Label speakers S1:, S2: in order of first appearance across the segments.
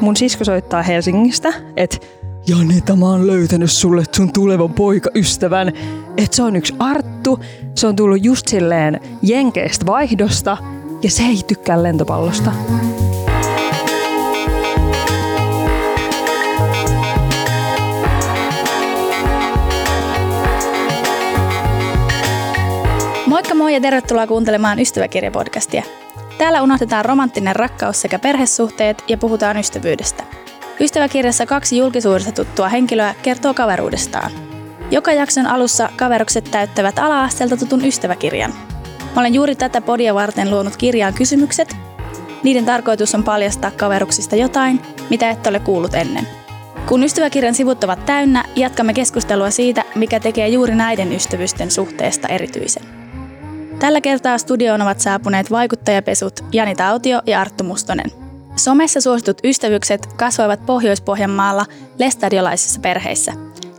S1: Mun sisko soittaa Helsingistä, että
S2: Janita, mä oon löytänyt sulle sun tulevan poikaystävän.
S1: et se on yksi Arttu, se on tullut just silleen jenkeistä vaihdosta ja se ei tykkää lentopallosta.
S3: Moikka moi ja tervetuloa kuuntelemaan Ystäväkirjapodcastia. Täällä unohdetaan romanttinen rakkaus sekä perhesuhteet ja puhutaan ystävyydestä. Ystäväkirjassa kaksi julkisuudesta tuttua henkilöä kertoo kaveruudestaan. Joka jakson alussa kaverukset täyttävät ala-asteelta tutun ystäväkirjan. Mä olen juuri tätä podia varten luonut kirjaan kysymykset. Niiden tarkoitus on paljastaa kaveruksista jotain, mitä et ole kuullut ennen. Kun ystäväkirjan sivut ovat täynnä, jatkamme keskustelua siitä, mikä tekee juuri näiden ystävysten suhteesta erityisen. Tällä kertaa studioon ovat saapuneet vaikuttajapesut Jani Tautio ja Arttu Mustonen. Somessa suositut ystävykset kasvoivat Pohjois-Pohjanmaalla lestadiolaisissa perheissä,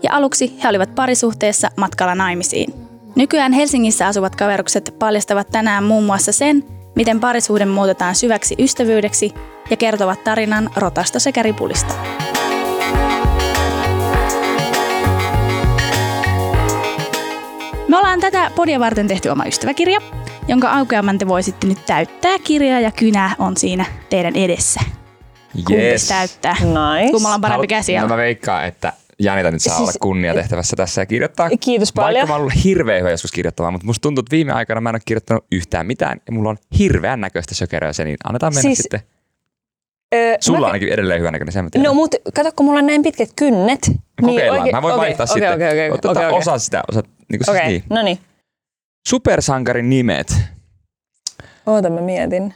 S3: ja aluksi he olivat parisuhteessa matkalla naimisiin. Nykyään Helsingissä asuvat kaverukset paljastavat tänään muun muassa sen, miten parisuhde muutetaan syväksi ystävyydeksi ja kertovat tarinan rotasta sekä ripulista. Me ollaan tätä podia varten tehty oma ystäväkirja, jonka aukeaman te voisitte nyt täyttää. Kirja ja kynä on siinä teidän edessä. Kumpis
S4: Yes.
S3: täyttää?
S2: Nice.
S3: Kummalla on parempi käsi
S4: No
S3: alla?
S4: mä veikkaan, että Janita nyt saa
S2: Siis-
S4: olla kunniatehtävässä tässä ja kirjoittaa.
S2: Kiitos paljon.
S4: Vaikka mä oon ollut hirveän hyvä joskus kirjoittamaan, mutta musta tuntuu, että viime aikoina mä en ole kirjoittanut yhtään mitään ja mulla on hirveän näköistä sökeröä se, niin annetaan mennä
S2: Siis-
S4: siis, sitten.
S2: Öö,
S4: Sulla
S2: mä-
S4: mä... ainakin edelleen hyvän näköinen, sen mä tiedän.
S2: No mut kato, kun mulla on näin pitkät kynnet. niin
S4: Kokeillaan,
S2: oikein-
S4: mä voin
S2: okei,
S4: vaihtaa
S2: okei,
S4: sitten.
S2: Okei, okei,
S4: Otetaan
S2: okei, okei.
S4: osa sitä, osa, niin kuin siis
S2: Okei,
S4: niin.
S2: no niin.
S4: Supersankarin nimet.
S2: Oota, mä mietin.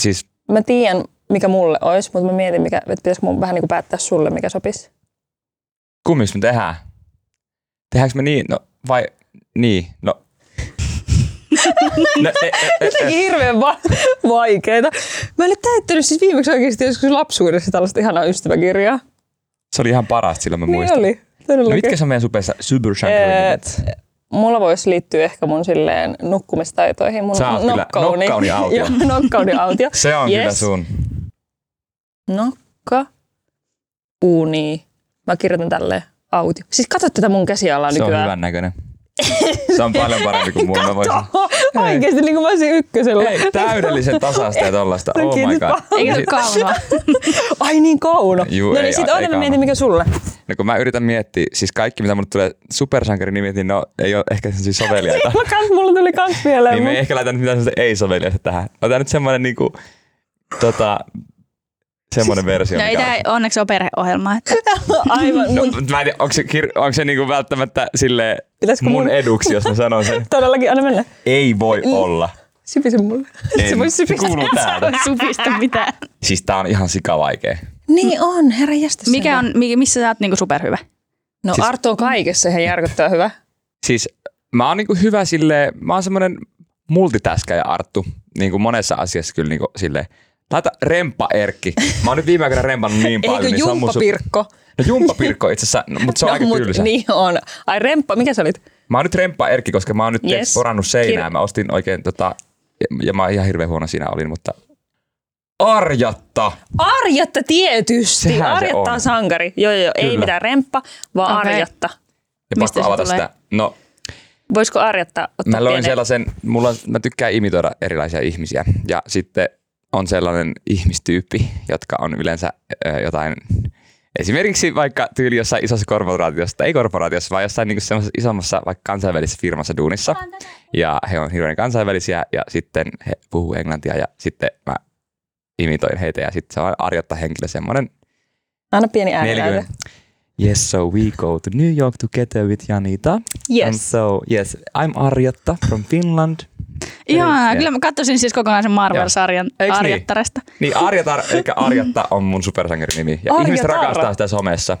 S4: Siis
S2: Mä tiedän, mikä mulle olisi, mutta mä mietin, mikä, että pitäisikö mun vähän niin kuin päättää sulle, mikä sopisi.
S4: kummis me tehdään? Tehdäänkö me niin? No vai niin? No. no e, e, e, e.
S2: Jotenkin hirveän va- vaikeeta. Mä en nyt täyttänyt siis viimeksi oikeasti joskus lapsuudessa tällaista ihanaa ystäväkirjaa.
S4: Se oli ihan parasta silloin mä
S2: Niin
S4: muistan.
S2: oli,
S4: No
S2: todellakin.
S4: mitkä se on meidän supersa, supersankarin
S2: Öö,
S4: nimet?
S2: Mulla voisi liittyä ehkä mun silleen nukkumistaitoihin. Mun
S4: Sä oot kyllä
S2: nokkauni.
S4: nokkauni autio.
S2: Joo, nokkauni autio.
S4: Se on yes. kyllä
S2: Yes.
S4: sun.
S2: Nokka, uni. Mä kirjoitan tälleen autio. Siis katso tätä mun käsialaa
S4: Se on
S2: nykyään.
S4: hyvän näköinen. Se on paljon parempi kuin mulla. Mä voisin...
S2: Kato! Oikeesti niin kuin mä olisin ykkösellä.
S4: Ei, täydellisen tasasta ja tollasta. Oh
S2: Kiitos
S4: my god.
S2: paljon.
S3: Eikä se
S4: Sit-
S3: kaunaa.
S2: Niin Ai niin kauno.
S4: Juu,
S2: no
S4: ei-
S2: niin sit
S4: ei
S2: oota mä
S4: kauno.
S2: mietin mikä sulle.
S4: No kun mä yritän miettiä, siis kaikki mitä mulle tulee supersankarin nimet, niin no ei ole ehkä siis soveliaita.
S2: Mä kans, mulla tuli kans mieleen.
S4: niin me ei
S2: mut-
S4: ehkä laita nyt mitään semmoista ei-soveliaita tähän. Otetaan nyt semmoinen niinku, tota,
S2: Siis-
S4: semmoinen versio.
S3: No ei
S4: mikä
S3: tämä onneksi ole perheohjelma. Että
S2: Aivan,
S4: on.
S2: mun,
S4: No, mä en tiedä, onko se, kir- onko se niinku välttämättä sille
S2: Pitäisikö
S4: mun,
S2: mun-
S4: eduksi, jos mä sanon sen.
S2: todellakin, anna mennä.
S4: Ei voi olla.
S2: Sipisi mulle.
S4: En.
S2: Se voi
S4: se
S2: sipistä.
S4: kuuluu täältä.
S3: supista mitään.
S4: Siis tää on ihan sikavaikea.
S2: Niin on, herra jästä
S3: Mikä on, mi- missä sä oot niinku superhyvä?
S2: No
S4: Siis-
S2: Arttu on kaikessa ihan järkyttävän hyvä.
S4: siis mä oon niinku hyvä sille, mä oon semmoinen multitaskäjä Arttu, niinku monessa asiassa kyllä niinku sille. Laita remppa Erkki. Mä oon nyt viime aikoina rempannut niin paljon.
S2: Eikö
S4: niin se on mun su-
S2: jumppapirkko?
S4: No jumppapirkko itse asiassa, no, mutta se on no, aika
S2: mut
S4: tylsä. Niin.
S2: Niin on. Ai remppa, mikä sä olit?
S4: Mä oon nyt remppa Erkki, koska mä oon nyt
S2: Yes.
S4: yes. porannut
S2: Kir-
S4: seinää. Mä ostin oikein tota, ja- ja mä oon ihan hirveän huono siinä olin, mutta Arjatta!
S2: Arjatta tietysti.
S4: Sehän se
S2: Arjatta
S4: on.
S2: on sankari. Joo, joo, joo. ei
S4: Kyllä.
S2: mitään remppa, vaan
S3: Okei.
S2: Arjatta.
S4: Ja
S3: Mistä
S4: pakko
S3: se
S4: avata
S3: tulee?
S4: sitä. No,
S2: Voisiko Arjatta ottaa
S4: Mä löin
S2: pienen-
S4: sellaisen, mulla, on- mä tykkään imitoida erilaisia ihmisiä ja sitten on sellainen ihmistyyppi, jotka on yleensä ö, jotain, esimerkiksi vaikka tyyli jossain isossa korporaatiossa, tai ei korporaatiossa, vaan jossain niinku semmoisessa isommassa vaikka kansainvälisessä firmassa duunissa. Ja he on hirveän kansainvälisiä ja sitten he puhuu englantia ja sitten mä imitoin heitä ja sitten se on arjotta henkilö semmoinen
S2: Anna pieni ääniläyte.
S4: 40. Yes, so we go to New York together with Janita. And
S2: Yes.
S4: so, yes, I'm Arjatta from Finland.
S3: Ihanaa,
S4: Ei,
S3: kyllä mä katsosin siis kokonaisen Marvel-sarjan
S4: Eiks niin?
S3: Arjattaresta.
S4: Niin Arjatar, eli Arjatta on mun supersankarin nimi. Ja
S2: Arjatar.
S4: ihmiset rakastaa sitä somessa.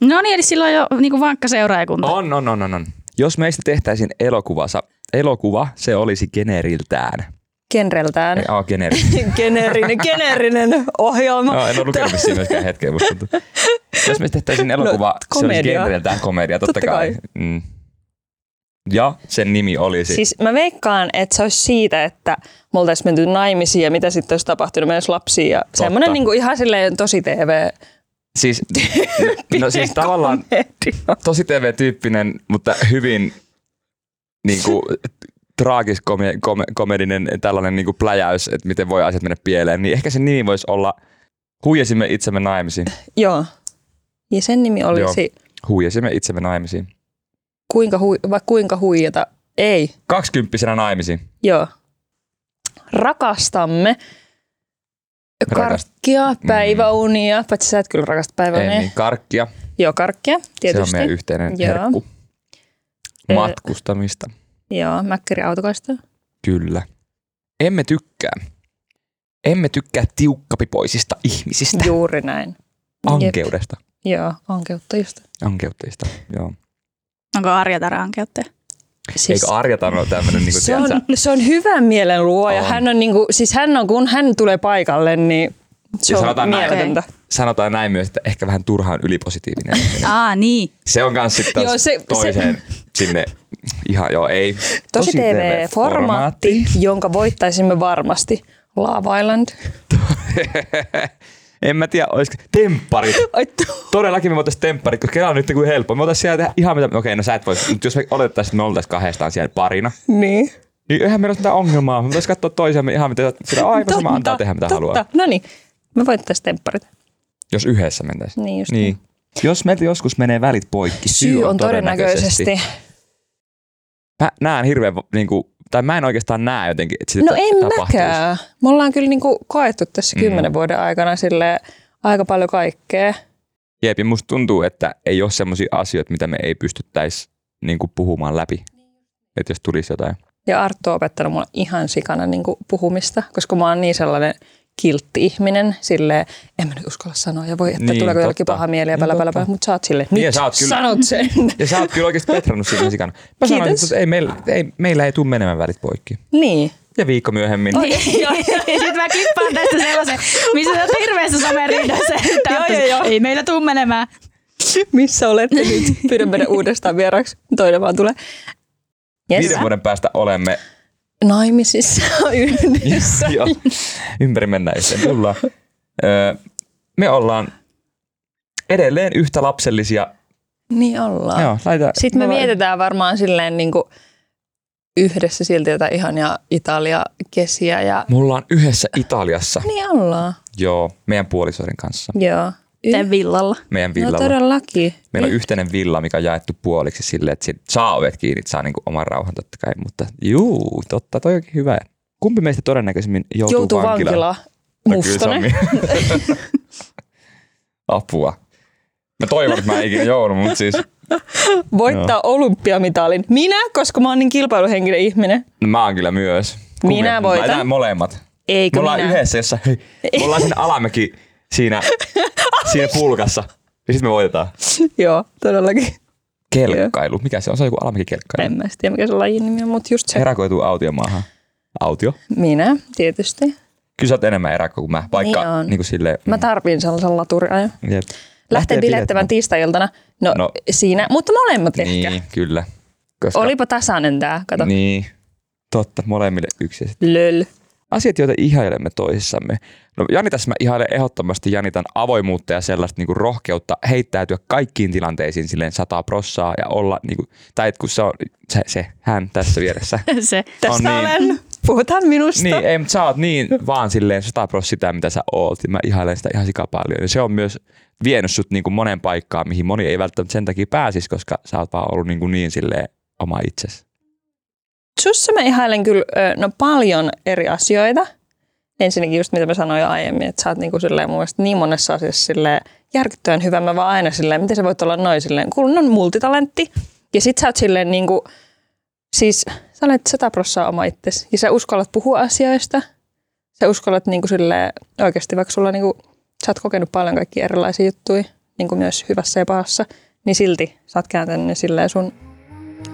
S3: No niin, eli silloin jo niinku vankka seuraajakunta.
S4: On, on, on, on, on. Jos meistä tehtäisiin elokuvassa, elokuva, se olisi generiltään.
S2: Genreltään.
S4: Ei, oh, generi.
S2: Geneerinen, geneerinen ohjelma.
S4: No, en ole lukenut siinä myöskään hetkeä, musta tuntuu. Jos me tehtäisiin elokuva, se olisi
S2: komedia.
S4: generiltään komedia, No, totta,
S2: Totta
S4: kai.
S2: kai.
S4: Mm. Ja sen nimi olisi.
S2: Siis mä veikkaan, että se olisi siitä, että me oltaisiin menty naimisiin ja mitä sitten olisi tapahtunut, meillä olisi lapsia. Ja semmoinen niin ihan silleen tosi TV.
S4: siis, no siis tavallaan tosi TV-tyyppinen, mutta hyvin niin kuin, traagiskomedinen tällainen niin kuin pläjäys, että miten voi asiat mennä pieleen, niin ehkä sen nimi voisi olla Huijasimme itsemme naimisiin.
S2: Joo. Ja sen nimi olisi Joo.
S4: Huijasimme itsemme naimisiin.
S2: Kuinka, hui, vai kuinka huijata. Ei.
S4: Kaksikymppisenä naimisiin.
S2: Joo. Rakastamme
S4: Rakast- Mm.
S2: karkkia, päiväunia, paitsi sä et kyllä rakasta
S4: Ei
S2: päiväunia.
S4: niin, karkkia.
S2: Joo, karkkia,
S4: Se on
S2: No tietysti.
S4: meidän yhteinen
S2: Joo.
S4: herkku.
S2: Ö-
S4: Matkustamista.
S2: Joo, mäkkäri autokaista.
S4: Kyllä. Emme tykkää. Emme tykkää tiukkapipoisista ihmisistä.
S2: Juuri näin.
S4: Ankeudesta.
S2: Jep. Joo, ankeutta just.
S4: Ankeutteista, joo.
S3: Onko Arjatara ankeutta?
S4: Siis... Eikö Arjatan ole tämmöinen, niin
S2: se, on, se on hyvä mielen luoja.
S4: On.
S2: Hän on niinku, siis hän on, kun hän tulee paikalle, niin se
S4: Ja
S2: on
S4: Siis sanotaan näin.
S2: mieletöntä.
S4: sanotaan näin myös, että ehkä vähän turhaan ylipositiivinen.
S3: Aa, niin.
S4: Se on kans sitten
S2: Joo,
S4: taas
S2: se- se-
S4: toiseen sinne, ihan joo, ei.
S2: Tosi TV-formaatti, jonka voittaisimme varmasti. Love Island.
S4: en mä tiedä, olisiko tempparit.
S2: Ai, tu-
S4: Todellakin me voitaisiin tempparit, koska Kela on nyt kuin helppo. Me voitaisiin siellä tehdä ihan mitä, okei, no sä et voi, mutta jos me oletettaisiin, että me oltaisiin kahdestaan siellä parina,
S2: niin.
S4: niin eihän meillä ole mitään ongelmaa. Me voitaisiin katsoa toisiamme ihan mitä, sillä on aivan sama antaa tehdä mitä
S2: totta.
S4: haluaa.
S2: No niin, me voittaisiin tempparit.
S4: Jos yhdessä mentäisiin.
S2: Niin just
S4: Niin. Jos meiltä joskus menee välit poikki, syy,
S2: Syy on todennäköisesti.
S4: Mä näen hirveän, niin kuin, tai mä en oikeastaan näe jotenkin, että sitä
S2: No en
S4: tapahtuisi. Mm.
S2: mäkään. Me ollaan kyllä niinku koettu tässä kymmenen vuoden aikana sille aika paljon kaikkea.
S4: Jep, ja musta tuntuu, että ei ole semmoisia asioita, mitä me ei pystyttäisi niin kuin, puhumaan läpi. Että jos tulisi jotain.
S2: Ja Arttu on opettanut mulle ihan sikana niin kuin puhumista, koska mä oon niin sellainen kiltti ihminen, silleen, en mä nyt uskalla sanoa, ja voi, että
S4: Niin,
S2: niin, tuleeko jollekin
S4: totta.
S2: paha mieli ja
S4: Niin,
S2: pälä, pälä,
S4: totta. Niin,
S2: pälä, mutta sä oot silleen, nyt
S4: Ja sä oot kyllä-
S2: kyllä. sanot sen.
S4: Ja sä oot kyllä oikeasti petrannut siinä sikana. Mä sanoin,
S2: Kiitos.
S4: että ei, meillä, ei, meillä ei tule menemään välit poikki.
S2: niin.
S4: Ja viikko myöhemmin.
S3: Oi, joo. Sitten mä klippaan tästä sellaisen, missä sä oot hirveässä someriidassa.
S2: Joo, joo, joo.
S3: Ei meillä tuu menemään.
S2: Missä olette nyt? Pyydän mennä uudestaan vieraksi. Toinen vaan tulee. Yes.
S4: Viiden vuoden päästä olemme
S2: Naimisissa yhdessä.
S4: Joo. Ympäri mennään yhteen. Tullaan. Öö, me ollaan edelleen yhtä lapsellisia.
S2: niin ollaan.
S4: Joo, laita.
S2: Sitten me mietitään varmaan silleen niin kuin yhdessä silti jotain ihania Italia-kesiä ja...
S4: Mulla on yhdessä Italiassa.
S2: Niin ollaan.
S4: Joo, meidän puolisoiden kanssa.
S2: Joo.
S3: Tän villalla.
S4: Meidän
S2: No Niin.
S4: villalla.
S2: todellakin.
S4: Meillä on yhteinen villa, mikä on jaettu puoliksi silleen, että sit saa ovet kiinni, että saa niinku oman rauhan totta kai. Mutta juu, totta, toi onkin hyvä. Kumpi meistä todennäköisemmin joutuu,
S2: Joutuu vankilaan.
S4: No kyllä se on
S2: Mustonen.
S4: mi- Apua. Mä toivon, että mä en ikinä joudu, mutta siis
S2: Voittaa olympiamitalin. Minä, koska mä oon niin kilpailuhenkinen ihminen.
S4: no, mä oon kyllä myös.
S2: Minä
S4: mä
S2: voitan.
S4: näen molemmat.
S2: Eikö
S4: me ollaan
S2: minä?
S4: yhdessä jossa, hei, me ollaan siinä alamäki siinä, siinä pulkassa. Ja sitten me voitetaan.
S2: Joo, todellakin.
S4: Kelkkailu. Mikä se on? Se on joku alamäki kelkkailu.
S2: En mä sit tiedä, mikä se lajin nimi on, mutta just se.
S4: Erakoituu autiomaahan. Autio?
S2: Minä, tietysti.
S4: Kyllä sä oot enemmän erakko kuin mä, vaikka
S2: Niin on.
S4: niin, kuin silleen...
S2: Mä tarvin sellaisen laturiajan.
S4: mm, jep.
S2: Lähtee bilettämään tiistai-iltana. No,
S4: No.
S2: siinä, mutta molemmat
S4: Niin,
S2: ehkä.
S4: kyllä. Koska,
S2: Olipa tasainen tää, kato. Niin.
S4: Niin, totta, molemmille yksi.
S2: Löl.
S4: Asiat, joita ihailemme toisissamme. No Jani tässä mä ihailen ehdottomasti Janitan avoimuutta ja sellaista niinku rohkeutta heittäytyä kaikkiin tilanteisiin silleen sataa prossaa ja olla niinku, tai et kun se on se, se hän tässä vieressä.
S3: Se.
S2: Tästä
S4: niin.
S2: olen. Puhutaan minusta.
S4: niin, ei, mutta sä oot niin vaan silleen sata pros sitä, mitä sä oot. Ja Mä ihailen sitä ihan sika paljon. Ja se on myös vienyt sut niin kuin monen paikkaan, mihin moni ei välttämättä sen takia pääsisi, koska sä oot vaan ollut niin, kuin niin silleen oma itsesi.
S2: Sussa mä ihailen kyllä ö, no, paljon eri asioita. Ensinnäkin just mitä mä sanoin jo aiemmin, että sä oot niinku silleen mun mielestä niin monessa asiassa silleen järkyttävän hyvä. Mä vaan aina silleen, miten sä voit olla noin silleen, kun on multitalentti. Ja sit sä oot silleen niinku, siis sä olet sata prossaa oma itsesi. Ja sä uskallat puhua asioista. Sä uskallat niinku silleen oikeasti, vaikka sulla niinku, sä oot kokenut paljon kaikkia erilaisia juttuja, niinku myös hyvässä ja pahassa, niin silti sä oot kääntänyt ne silleen sun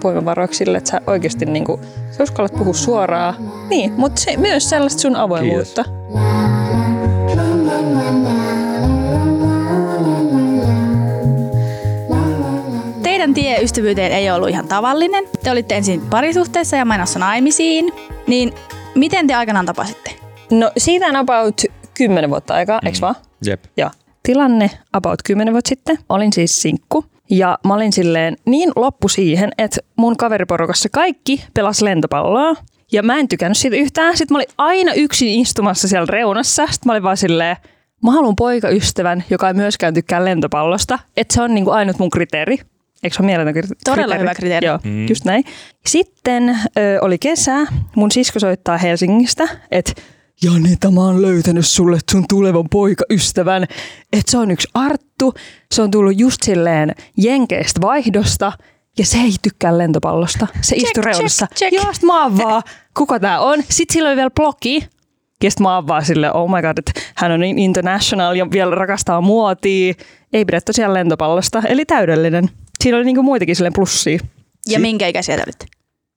S2: voimavaroiksi sille, että sä oikeasti niinku, sä uskallat puhua suoraan. Niin, mutta se, myös sellaista sun avoimuutta. Kiitos.
S3: Teidän tie ystävyyteen ei ollut ihan tavallinen. Te olitte ensin parisuhteessa ja menossa naimisiin. Niin miten te aikanaan tapasitte?
S2: No siitä on about 10 vuotta aikaa, eikö vaan?
S4: Jep.
S2: Joo. Tilanne about 10 vuotta sitten. Olin siis sinkku. Ja mä olin silleen niin loppu siihen, että mun kaveriporukassa kaikki pelas lentopalloa. Ja mä en tykännyt siitä yhtään. Sitten mä olin aina yksin istumassa siellä reunassa. Sitten mä olin vaan silleen, mä haluan poikaystävän, joka ei myöskään tykkää lentopallosta. Että se on niinku ainut mun kriteeri. Eikö se ole mieletön kriteeri?
S3: Todella hyvä kriteeri.
S2: Joo, mm. just näin. Sitten ö, oli kesä. Mun sisko soittaa Helsingistä, että Janita, mä oon löytänyt sulle sun tulevan poikaystävän. Että se on yksi Arttu. Se on tullut just silleen Jenkeistä vaihdosta. Ja se ei tykkää lentopallosta. Se
S3: Check,
S2: istuu
S3: check,
S2: reunassa.
S3: check.
S2: Joo, sit mä oon vaan, kuka tää on. Sitten sillä oli vielä blogi. Ja sit mä oon vaan silleen, oh my god, että hän on niin international ja vielä rakastaa muotia. Ei pidä tosiaan lentopallosta. Eli täydellinen. Siinä oli niinku muitakin silleen plussia.
S3: Ja minkä ikäisiä te olitte?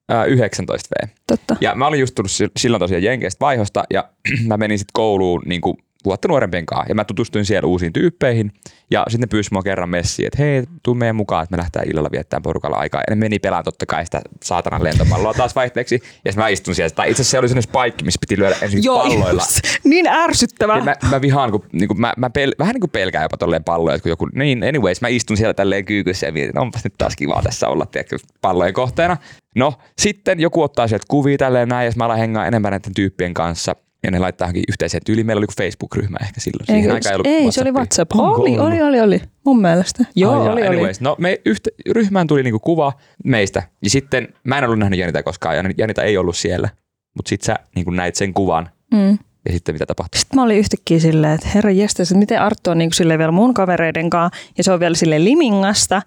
S4: Ää, 19 Äh, V.
S2: Totta.
S4: Ja mä olin just tullut sil- silloin tosiaan Jenkeistä vaihosta ja mä menin sitten kouluun niin kuin vuotta nuorempien kanssa. Ja mä tutustuin siellä uusiin tyyppeihin. Ja sitten ne pyysi mua kerran messiin, että hei, tuu meidän mukaan, että me lähdetään illalla viettämään porukalla aikaa. Ja ne meni pelaan totta kai sitä saatanan lentopalloa taas vaihteeksi. Ja sit mä istun siellä. Tai itse asiassa se oli sellainen spike, missä piti lyödä ensin siis palloilla.
S2: just. niin ärsyttävää.
S4: Ja mä, mä vihaan, kun, niin kuin, mä, mä pel, vähän niin kuin pelkään jopa tolleen palloja, että kun joku, niin anyways, mä istun siellä tälleen kyykyssä ja mietin, onpas nyt taas kivaa tässä olla, tiedätkö, pallojen kohteena. No, sitten joku ottaa sieltä kuvia tälleen näin, ja sit mä alan hengaa enemmän näiden tyyppien kanssa. Ja ne laittaa johonkin yhteiseen tyyliin. Meillä oli joku Facebook-ryhmä ehkä silloin.
S2: Ei,
S4: Siihen aikaan ei ollut
S2: ei se oli
S4: WhatsAppia.
S2: WhatsApp.
S4: Onko
S2: Oli,
S4: ollut?
S2: oli, oli, oli. Mun mielestä. Joo,
S4: Ai jaa,
S2: oli, oli.
S4: anyways. No me yhtä, ryhmään tuli niinku kuva meistä ja sitten mä en ollut nähnyt Janita koskaan ja Janita ei ollut siellä. Mutta sit sä niinku näit sen kuvan
S2: Mm.
S4: ja sitten mitä tapahtui?
S2: Sitten mä olin yhtäkkiä silleen, että herra jestas, että miten Arttu on niinku sille vielä mun kavereiden kanssa ja se on vielä sille Limingasta.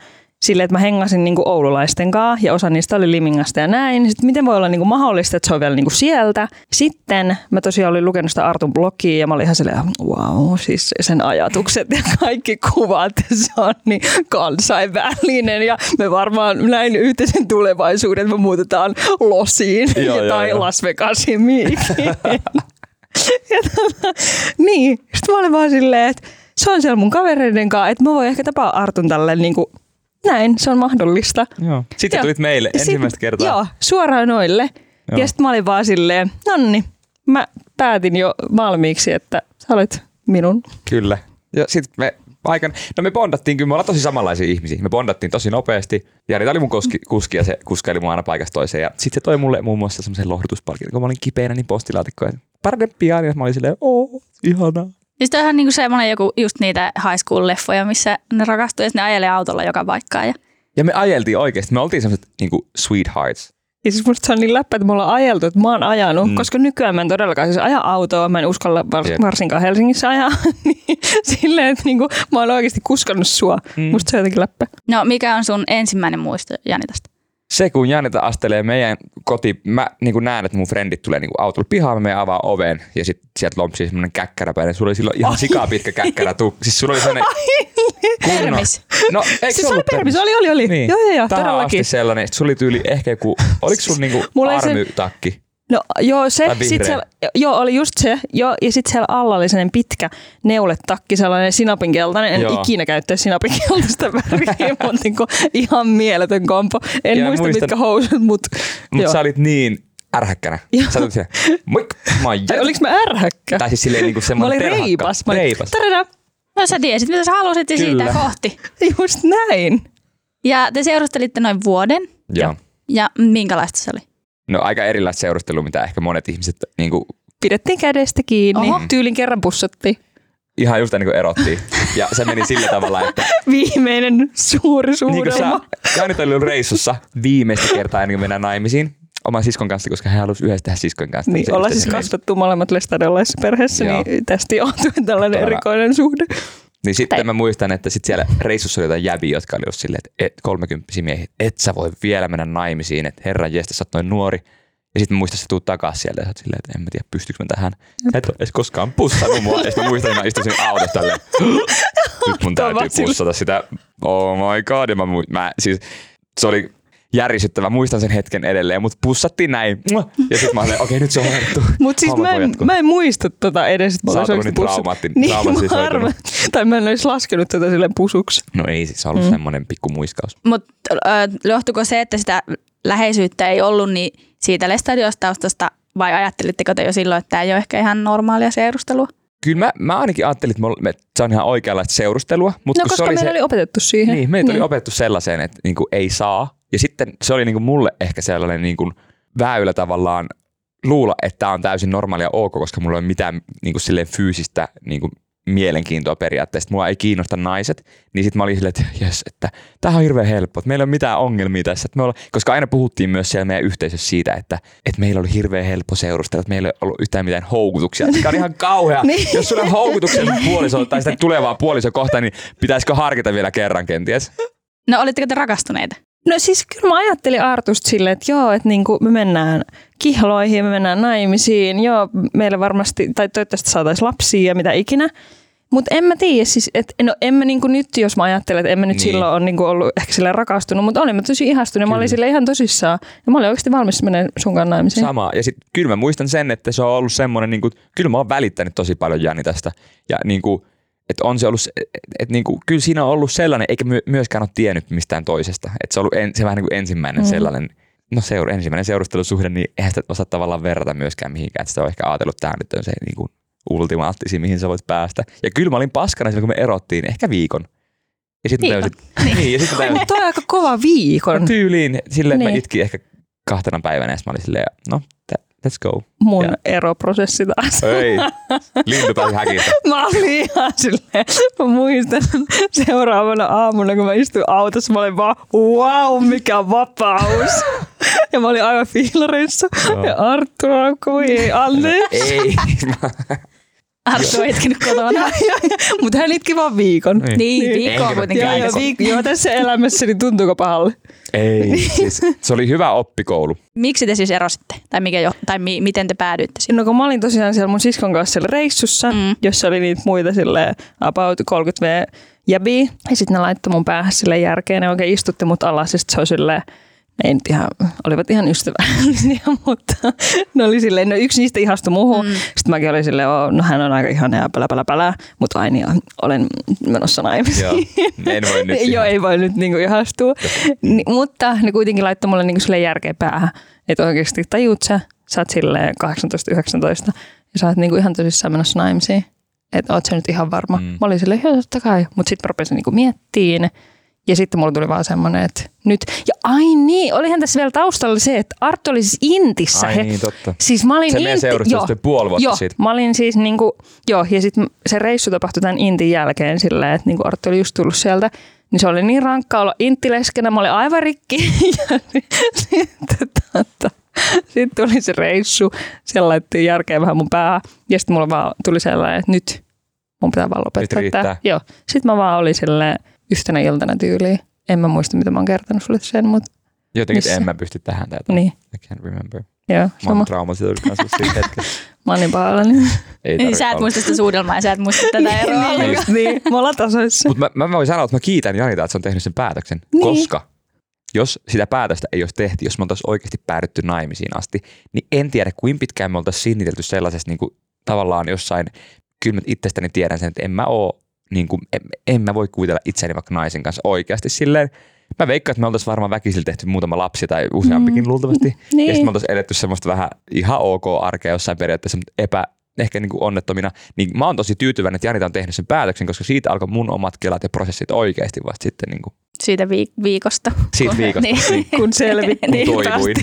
S2: Silleen, että mä hengasin niinku oululaisten kanssa ja osa niistä oli Limingasta ja näin. Sitten miten voi olla niinku mahdollista, että se on vielä niinku sieltä. Sitten mä tosiaan olin lukenut sitä Artun blogia ja mä olin ihan silleen, wow, siis sen ajatukset ja kaikki kuvat, se on niin kansainvälinen ja me varmaan näin yhteisen tulevaisuuden, että me muutetaan Losiin
S4: Joo,
S2: ja,
S4: joo,
S2: tai
S4: joo.
S2: Las Vegasiin mihinkään. Ja tota, niin, sitten mä olin vaan silleen, että se on siellä mun kavereiden kanssa, että mä voin ehkä tapaa Artun tälleen niin kuin, näin, se on mahdollista.
S4: Joo. Sitten
S2: Joo.
S4: tulit meille
S2: Ja sit-
S4: ensimmäistä kertaa.
S2: Joo, suoraan noille. Joo.
S4: Joo.
S2: Ja sitten mä olin vaan silleen, "No nonni, mä päätin jo valmiiksi, että sä olet minun.
S4: Kyllä. Ja sitten me aikan, no me bondattiin, kyllä me ollaan tosi samanlaisia ihmisiä. Me bondattiin tosi nopeasti. Jari oli mun kuski, kuski ja se kuskaili mua aina paikasta toiseen. Ja sitten se toi mulle muun muassa semmoisen lohdutuspalkinnon, kun mä olin kipeänä, niin postilaatikkoja. Pardempia, niin mä olin silleen, oo, ihanaa.
S3: Siis toi on ihan niinku semmoinen joku just niitä high school leffoja, missä ne rakastuu ja sitten ne ajelee autolla joka paikkaan. Ja
S4: Ja me ajeltiin oikeasti, me oltiin semmoiset niinku sweethearts.
S2: Ja siis musta se on niin läppä, että me ollaan ajeltu, että mä oon ajanut, mm. koska nykyään mä en todellakaan siis aja autoa, mä en uskalla var-
S4: Jep.
S2: varsinkaan Helsingissä ajaa, niin silleen, että niinku, mä oon oikeasti kuskannut sua. Mm. Musta se on jotenkin läppä.
S3: no mikä on sun ensimmäinen muisto Jani tästä?
S4: Se, kun Janita astelee meidän koti, mä niin näen, että mun frendit tulee niin autolla pihaan, me avaa oven ja sitten sieltä lompsii semmoinen käkkäräpäinen. Sulla oli silloin ihan sikaa pitkä käkkäratu. Siis sulla oli sellainen kunnon.
S3: Permis.
S4: No, eikö
S2: Siis
S4: ollut
S2: oli permis, oli, oli, oli. Joo, joo, joo,
S4: Tähän
S2: todellakin.
S4: asti sellainen. Sitten sulla oli tyyli ehkä joku, oliko sulla niinku
S2: Mulla ei se-
S4: armytakki?
S2: No joo, se,
S4: Tai vihreä.
S2: sit siellä, joo, oli just se, joo, ja sitten siellä alla oli sellainen pitkä neuletakki, sellainen sinapinkeltainen, en joo.
S4: Joo.
S2: ikinä käyttäisi sinapinkeltaista väriä, mutta niinku, ihan mieletön kompo. En
S4: Ja
S2: muista
S4: muistan-
S2: mitkä housut, mutta
S4: Mutta sä olit niin ärhäkkänä.
S2: Joo.
S4: Sä tulit siellä, moik, mä oon
S2: Ai,
S4: Jari."
S2: oliks mä ärhäkkä?
S4: Tai siis silleen niinku
S2: Mä
S4: semmoinen
S2: olin
S4: terhakka.
S2: reipas. Mä olin,
S4: Reipas.
S2: Tadada,
S3: No sä tiesit, mitä sä halusit ja siitä
S4: Kyllä.
S3: kohti.
S2: just näin.
S3: Ja te seurustelitte noin vuoden.
S4: Joo.
S3: Ja minkälaista se oli?
S4: No aika erilaista seurustelua, mitä ehkä monet ihmiset niinku
S2: Pidettiin kädestä kiinni,
S3: Oho.
S2: tyylin kerran pussattiin.
S4: ihan just ennen kuin erottiin. Ja se meni sillä tavalla, että
S2: Viimeinen suuri
S4: niin kuin
S2: suudelma.
S4: sä, Janita oli ollut reissussa viimeistä kertaa ennen kuin mennään naimisiin oman siskon kanssa, koska hän halusi yhdessä tehdä siskon kanssa.
S2: Niin,
S4: tämmöisen
S2: ollaan siis
S4: yhteisen reissun.
S2: kasvattu molemmat lestadiolaisessa perheessä,
S4: Joo.
S2: niin tästä johtuen tällainen
S4: Todella.
S2: erikoinen suhde.
S4: Niin sitten mä muistan, että sit siellä reissussa oli jotain jäbiä, jotka oli ollut silleen, että et, 30 miehiä, et sä voi vielä mennä naimisiin, että herran jestä, sä oot noin nuori. Ja sitten muistan, että sä tuut takas sieltä ja sä oot silleen, että en mä tiedä, pystyykö mä tähän. Sä et ole edes koskaan pussannut mua. Ja sitten mä muistan, että mä istuin siinä autossa tälleen, nyt mun
S2: Tämä on
S4: täytyy
S2: vaan sille-
S4: pussata sitä. Oh my god. Ja mä, mu- mä siis, se oli järisyttävä. Muistan sen hetken edelleen, mutta pussattiin näin. Mua! Ja sitten mä olin, okei, nyt se on hoidettu.
S2: Mutta siis
S4: Homma
S2: mä
S4: voi
S2: en,
S4: jatkua.
S2: mä en muista tota edes, että mä
S4: Sä
S2: olisin
S4: oot ollut
S2: oikeasti pussu.
S4: niin traumaatti-
S2: Niin, mä
S4: traumatisoitunut.
S2: arvan. Tai mä en olisi laskenut tätä sille pusuksi.
S4: No ei, siis se on ollut mm. semmoinen pikku muiskaus.
S3: Mutta johtuiko se, että sitä läheisyyttä ei ollut, niin siitä lestadioustaustasta vai ajattelitteko te jo silloin, että tämä ei ole ehkä ihan normaalia seurustelua?
S4: Kyllä mä, mä ainakin ajattelin, että me ol- me, se on ihan oikeanlaista seurustelua. Mutta
S2: No
S4: kun
S2: koska
S4: se oli
S2: meillä
S4: se,
S2: oli opetettu siihen.
S4: Niin, meitä niin. oli opetettu sellaiseen, että niin kuin ei saa. Ja sitten se oli niin kuin mulle ehkä sellainen niin kuin väylä tavallaan luulla, että tämä on täysin normaalia ok, koska mulla ei ole mitään niin kuin silleen fyysistä niin kuin mielenkiintoa periaatteessa. Mua ei kiinnosta naiset, niin sitten mä olin silleen, että jes, että tämähän on hirveän helppo, että meillä ei ole mitään ongelmia tässä. Että me olla, koska aina puhuttiin myös siellä meidän yhteisössä siitä, että, että meillä oli hirveän helppo seurustella, että meillä ei ollut yhtään mitään houkutuksia, mikä on ihan kauhea. Jos sulla on houkutuksia sun puolisoa tai sitä tulevaa puolisoa kohtaan, niin pitäisikö harkita vielä kerran kenties?
S3: No olitteko te rakastuneita?
S2: No siis kyllä mä ajattelin Artusta silleen, että joo, että niinku me mennään kihloihin, me mennään naimisiin, joo, meillä varmasti, tai toivottavasti saataisiin lapsia ja mitä ikinä. Mutta en mä tiedä, siis, että no en mä niinku nyt, jos mä ajattelen, että en mä nyt
S4: Niin.
S2: niin. silloin ole niinku ollut ehkä sille rakastunut, mutta olin mä tosi ihastunut, kyllä. mä olin sille ihan tosissaan. Ja mä olin oikeasti valmis menemään sunkaan naimisiin.
S4: Sama. Ja sitten kyllä mä muistan sen, että se on ollut semmoinen, niin kuin, kyllä mä oon välittänyt tosi paljon Jani tästä. Ja niin kuin, että on se ollut, että et, niin kuin, kyllä siinä on ollut sellainen, eikä myö- myöskään ole tiennyt mistään toisesta. Että se on ollut en, se vähän niin kuin ensimmäinen mm. sellainen, no seur, ensimmäinen seurustelusuhde, niin eihän sitä osaa tavallaan verrata myöskään mihinkään. Että sitä on ehkä ajatellut, että tämä nyt on se niin kuin, ultimaattisi, mihin sä voit päästä. Ja kyllä mä olin paskana silloin, kun me erottiin, ehkä viikon. Ja sitten
S2: Viikon.
S4: Niin. niin, ja sitten tajusin,
S2: Mutta toi on aika kova viikon.
S4: No tyyliin silleen, että niin. mä
S2: Niin.
S4: itkin ehkä kahtena päivänä ja sit mä olin silleen, no tä- let's go.
S2: Mun
S4: Joo.
S2: eroprosessi taas.
S4: Ei, lintu pääsi häkistä.
S2: Mä olin ihan silleen, mä muistan seuraavana aamuna, kun mä istuin autossa, mä olin vaan, wow, mikä vapaus. Ja mä olin aivan fiilareissa.
S4: Joo.
S2: Ja Arttu raukui, ei Anne.
S4: Ei. Mä-
S3: Arttu on itkenyt kotona.
S2: Mutta hän itki vaan viikon.
S4: Niin.
S3: niin,
S2: Niin.
S3: viikkoa
S4: Enkä-
S3: kuitenkin
S2: Joo, joo,
S3: aikaa.
S2: viik- joo, tässä elämässä, niin tuntuuko pahalle?
S4: Ei,
S2: Niin.
S4: siis se oli hyvä oppikoulu.
S3: Miksi te siis erositte? Tai, mikä jo, tai mi- miten te päädyitte siihen?
S2: No kun mä olin tosiaan siellä mun siskon kanssa siellä reissussa,
S3: Mm.
S2: mm. jossa oli niitä muita sille about 30 v jäbiä. Ja sitten ne laittoi mun päähän sille järkeen ja oikein istutti mut alas. Ja sit se oli silleen, ei nyt ihan, olivat ihan ystävällisiä, mutta ne oli silleen, no yksi niistä ihastui muuhun. Mm. Sitten mäkin olin silleen, oh, no hän on aika ihana ja pälä pälä pälä, mutta aina ja olen menossa naimisiin.
S4: Joo, en voi nyt
S2: Joo,
S4: ihan.
S2: ei voi nyt niinku ihastua. Ni, mutta ne kuitenkin laittoi mulle niinku sille järkeä päähän, että oikeasti tajut sä, sä oot silleen 18-19 ja sä oot niinku ihan tosissaan menossa naimisiin. Että oot sä nyt ihan varma.
S4: Mm.
S2: Mm. Mä olin silleen, joo totta kai. Mutta sitten mä rupesin niinku miettiin ja sitten mulla tuli vaan semmoinen, että nyt. Ja ai niin, olihan tässä vielä taustalla se, että Arttu oli siis Intissä.
S4: Ai
S2: he-
S4: niin, totta.
S2: Siis mä olin
S4: Se meidän
S2: Inti-
S4: seurustelu
S2: joo.
S4: oli puoli vuotta
S2: Joo,
S4: siitä.
S2: mä olin siis niinku, joo, ja sitten se reissu tapahtui tämän Intin jälkeen silleen, että niinku Arttu oli just tullut sieltä, niin se oli niin rankkaa olla inttileskenä, mä olin aivan rikki, ja sitten tota, sit tuli se reissu, siellä laitettiin järkeä vähän mun päähän, ja sitten mulla vaan tuli sellainen, että nyt mun pitää vaan lopettaa
S4: Nyt riittää.
S2: tää. Joo, sitten mä vaan olin silleen yhtenä iltana tyyliin, en mä muista, mitä mä oon kertonut sulle sen, mutta
S4: Jotenkin että
S2: Missä?
S4: en mä pysty tähän täältä.
S2: niin,
S4: I can't remember.
S2: joo,
S4: Mä oon
S2: sama.
S4: traumatisoitunut kanssa siitä hetkessä.
S2: Mä olin pahoillani.
S4: Ei
S3: Niin, sä
S4: tarvitse
S3: et
S4: olla.
S3: muista sitä suudelmaa ja sä et muista tätä eroa.
S2: niin,
S3: ollenkaan.
S2: just niin, me ollaan tasoissa.
S4: Mutta mä, mä voin sanoa, että mä kiitän Janita, että se on tehnyt sen päätöksen,
S2: Niin.
S4: koska jos sitä päätöstä ei olisi tehty, jos me oltaisiin oikeasti päädytty naimisiin asti, niin en tiedä, kuin pitkään me oltaisiin sinnitelty sellaisessa niin kuin, tavallaan jossain, kyllä mä itsestäni tiedän sen, että en mä oo, niin kuin, en, en, mä voi kuvitella itseäni vaikka naisen kanssa oikeasti silleen, Mä veikkaan, että me oltaisiin varmaan väkisillä tehty muutama lapsi tai useampikin mm. luultavasti. Ja
S2: Niin.
S4: sitten me oltaisiin eletty semmoista vähän ihan ok arkea jossain periaatteessa, mutta epä, ehkä niin kuin onnettomina, niin mä oon tosi tyytyväinen, että Janita on tehnyt sen päätöksen, koska siitä alkoi mun omat kelat ja prosessit oikeasti vasta sitten niin kuin
S3: Siitä viik- viikosta.
S4: siitä viikosta.
S3: Niin.
S4: Niin.
S2: kun selvittiin
S4: Kun toivuin.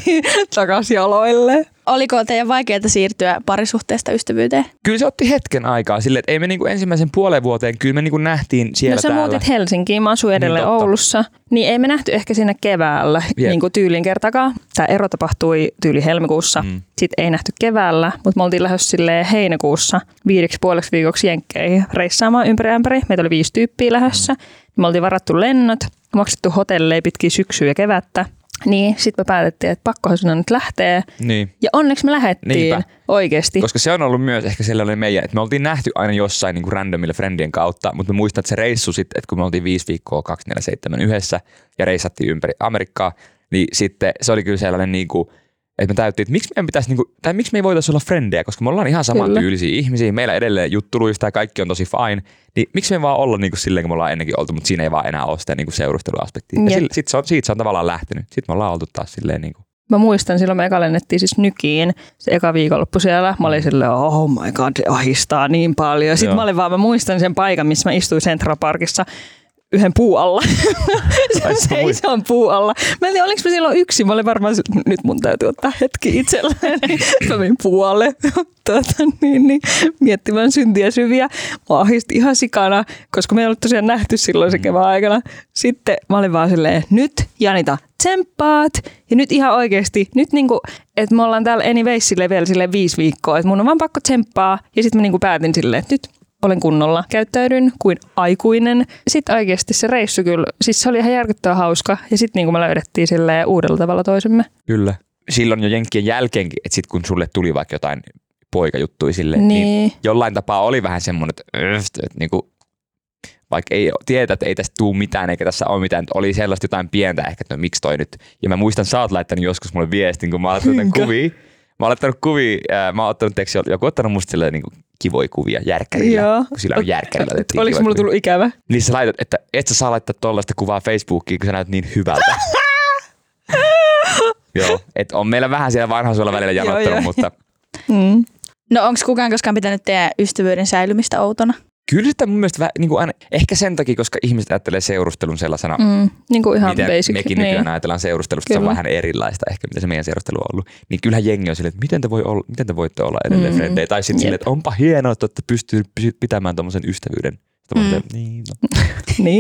S2: takaisin jaloille.
S3: Oliko teidän vaikeaa siirtyä parisuhteesta ystävyyteen?
S4: Kyllä se otti hetken aikaa sille, että ei me niin kuin ensimmäisen puolen vuoteen, kyllä me niin kuin nähtiin siellä
S2: No sä
S4: täällä.
S2: muutit Helsinkiin, mä asun edelleen
S4: Niin,
S2: niin,
S4: totta.
S2: Oulussa. Niin ei me nähty ehkä siinä keväällä
S4: Jep.
S2: niin kuin tyylin kertakaan. Tämä ero tapahtui tyyli helmikuussa.
S4: Mm.
S2: Mm. Sitten ei nähty keväällä, mutta me oltiin lähdössä silleen heinäkuussa viideksi puoleksi viikoksi jenkkeihin reissaamaan ympäri ämpäri. Meitä oli viisi tyyppiä lähdössä.
S4: Mm.
S2: Me oltiin varattu lennot, maksettu hotelleja pitkin syksyä ja kevättä. Niin sitten me päätettiin, että pakkohan sinä nyt lähtee.
S4: Niin.
S2: Ja onneksi me lähdettiin
S4: Niinpä.
S2: oikeasti.
S4: Koska se on ollut myös ehkä sellainen meidän, että me oltiin nähty aina jossain niin kuin randomilla friendien kautta, mutta mä muistan, että se reissu sitten, että kun me oltiin viisi viikkoa 247 yhdessä ja reissattiin ympäri Amerikkaa, Niin sitten se oli kyllä sellainen niin kuin, että me täyttiin, että miksi meidän pitäisi, niin kuin, tai miksi me ei voitaisi olla frendejä, koska me ollaan ihan samantyylisiä ihmisiä, meillä edelleen juttuluista ja kaikki on tosi fine, niin miksi me ei vaan olla niin kuin silleen, kun me ollaan ennenkin oltu, mutta siinä ei vaan enää ole sitä niin kuin seurusteluaspektia. Ja
S2: Jep.
S4: sille, sit se on, siitä se on tavallaan lähtenyt. Sitten me ollaan oltu taas silleen niin kuin,
S2: Mä muistan, silloin me eka lennettiin siis Nykiin, se eka viikonloppu siellä. Mä olin silleen, oh my god, se ahistaa niin paljon. Sitten
S4: Joo.
S2: mä olin vaan, mä muistan sen paikan, missä mä istuin Central Parkissa yhden puun alla.
S4: Ai, sä
S2: se
S4: muistat.
S2: ison puun alla. Mä en tiedä, oliko mä silloin yksin. Mä olin varmaan, se- nyt mun täytyy ottaa hetki itselleni. mä menin puolle tuota, niin, niin, miettimään syntiä syviä. Mä ahisti ihan sikana, koska me ei ollut tosiaan nähty silloin se kevään aikana. Sitten mä olin vaan silleen, nyt Janita, tsemppaat. Ja nyt ihan oikeasti, nyt niinku, että me ollaan täällä anyways sille vielä sille viisi viikkoa. Että mun on vaan pakko tsemppaa. Ja sitten mä niinku päätin silleen, että nyt olen kunnolla, käyttäydyn kuin aikuinen. Sitten oikeasti se reissu kyllä, siis se oli ihan järkyttävän hauska. Ja sitten niin kuin me löydettiin silleen uudella tavalla toisemme.
S4: kyllä. Silloin jo jenkkien jälkeenkin, että sitten kun sulle tuli vaikka jotain poikajuttuja silleen, niin jollain tapaa oli vähän semmoinen, että, öft, että niinku, vaikka ei tietä, että ei tästä tuu mitään eikä tässä ole mitään, että oli sellaista jotain pientä ehkä, että no miksi toi nyt. Ja mä muistan, sä oot laittanut joskus mulle viestin, kun mä oon laittanut kuvia. Mä oon laittanut kuvia, ää, mä oon ottanut teksi, joku ottanut musta silleen niinku kivoja kuvia järkkärillä,
S2: Joo.
S4: kun sillä on järkkärillä. otettiin
S2: Oliko
S4: kivoja
S2: mulla
S4: kuvia.
S2: tullut ikävä?
S4: Niin sä laitat, että et sä saa laittaa tollaista kuvaa Facebookiin, kun sä näytät niin hyvältä. Joo, et on meillä vähän siellä vanha suolla välillä
S2: Joo,
S4: janottanut,
S2: joo.
S4: mutta
S2: Mm.
S3: No onko kukaan koskaan pitänyt teidän ystävyyden säilymistä outona?
S4: Kyllä sitä mun mielestä vä- niin kuin aina, ehkä sen takia, koska ihmiset ajattelee seurustelun sellaisena, mm,
S2: Mm, niin kuin ihan
S4: miten
S2: basic.
S4: mekin nykyään
S2: niin.
S4: ajatellaan seurustelusta, se on
S2: Kyllä.
S4: vähän erilaista ehkä, mitä se meidän seurustelu on ollut. Niin kyllähän jengi on silleen, että miten te, voi olla, miten te voitte olla edelleen mm. frendejä, tai sitten silleen, että onpa hienoa, että olette pystyy py- pitämään tuommoisen ystävyyden. Sitten mm. niin,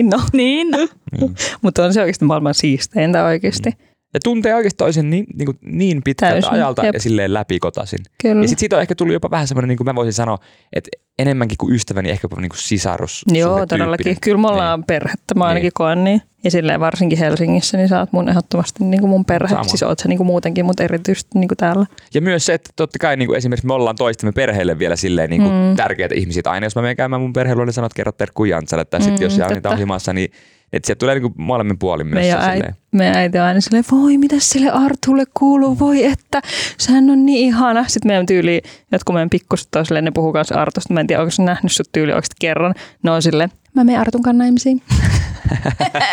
S4: no.
S2: niin no.
S3: Niin.
S2: Mutta on se oikeasti maailman siisteintä oikeasti. Mm.
S4: Ja tuntee oikeasti toisen niin, niin, kuin, niin pitkältä
S2: Täysin,
S4: ajalta
S2: jep. Mm.
S4: ja silleen läpikotaisin.
S2: Kyllä.
S4: Ja sitten siitä on ehkä tullut jopa vähän semmoinen, niin kuin mä voisin sanoa, että enemmänkin kuin ystäväni, ehkä jopa niin kuin sisarus.
S2: Joo,
S4: suhdetyyppinen.
S2: todellakin. Kyllä me ollaan niin. perhettä, mä ainakin niin. koen niin. Ja silleen varsinkin Helsingissä, niin sä oot mun ehdottomasti niin kuin mun perhe.
S4: Sama.
S2: Sama. Siis oot sä niin kuin muutenkin, mutta erityisesti niin kuin täällä.
S4: Ja myös se, että totta kai niin kuin esimerkiksi me ollaan toistemme perheelle vielä silleen niin kuin mm. tärkeitä ihmisiä. Että Aina jos mä menen käymään mun perheelle, niin sanot, että kerro terkkuja Jantsalle. Tai sitten jos Janita on
S2: Mm, totta.
S4: himassa, niin että sieltä tulee niin kuin molemmin puolin myös se
S2: meidän, äiti,
S4: silleen.
S2: meidän äiti on aina silleen, voi mitä sille Artulle kuuluu, voi että, sehän on niin ihana. Sitten meidän tyyli, jotkut meidän pikkuset on silleen, ne puhuu kanssa Artusta, mä en tiedä, onko se nähnyt sut tyyli oikeasti kerran. Ne on silleen, mä menen Artun kanssa naimisiin.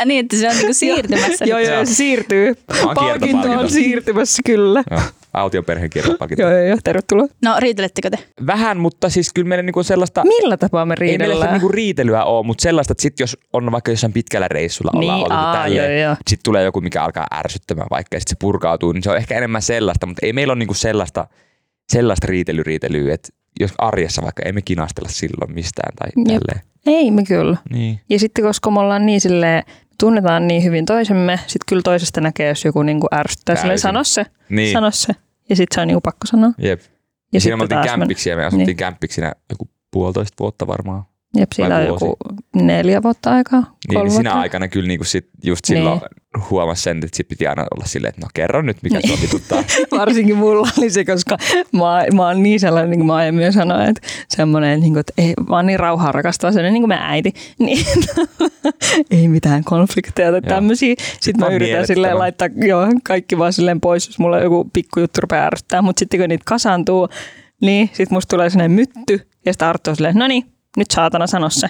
S3: niin, että se on niinku siirtymässä.
S2: joo, joo, joo, se siirtyy.
S4: Mä oon
S2: Palkinto
S4: kiertopalkinto.
S2: on siirtymässä, kyllä.
S4: Joo. Autioperheen kirjapakit.
S2: Joo, joo, joo, tervetuloa.
S3: No riitelettekö
S2: Mm.
S3: te?
S4: Vähän, mutta siis kyllä meillä niin kuin sellaista...
S2: Millä tapaa me
S4: Ei meillä sitä
S2: riidellään?
S4: niinku riitelyä ole, mutta sellaista, että sit jos on vaikka jossain pitkällä reissulla ollaan
S2: Niin,
S4: oltu
S2: aa,
S4: tälleen,
S2: joo, joo.
S4: sitten tulee joku, mikä alkaa ärsyttämään vaikka ja sitten se purkautuu, niin se on ehkä enemmän sellaista, mutta ei meillä ole niinku sellaista, sellaista riitelyriitelyä, että jos arjessa vaikka emme kinastella silloin mistään tai
S2: Jep.
S4: tälleen.
S2: Ei me kyllä.
S4: Niin.
S2: Ja sitten koska me ollaan niin silleen, tunnetaan niin hyvin toisemme, sitten kyllä toisesta näkee, jos joku niinku ärsyttää. Silleen,
S4: Täysin.
S2: sano se,
S4: niin.
S2: sano se. Ja sitten se on niinku pakko sanoa.
S4: Jep. Ja
S2: Ja
S4: siinä me
S2: sitten
S4: oltiin
S2: taas men-
S4: kämpiksi ja me asuttiin niin. kämpiksinä joku puolitoista vuotta varmaan.
S2: Jep, siinä
S4: Vai
S2: on
S4: vuosi?
S2: joku neljä vuotta aikaa.
S4: Niin,
S2: kolme
S4: niin sinä
S2: vuotta. Niin.
S4: aikana kyllä niinku sit, just silloin huomasi sen, että sit piti aina olla silleen, että no kerro nyt, mikä sua vituttaa.
S2: Varsinkin mulla oli se, koska mä, mä oon niin sellainen, niin kuin mä aiemmin sanoin, että semmoinen, niin kuin, että ei, mä oon niin rauhaa rakastava, sellainen niin kuin mä äiti. Niin, ei mitään konflikteja tai
S4: Joo.
S2: tämmöisiä. Sitten,
S4: Sitten
S2: mä
S4: on
S2: yritän silleen
S4: mielettömän.
S2: laittaa joo, kaikki vaan silleen pois, jos mulla joku pikkujuttu rupeaa ärsyttää. Mutta sitten kun niitä kasaantuu, niin sitten musta tulee sellainen mytty. Ja sitten Arttu on silleen, no niin, nyt saatana sano se.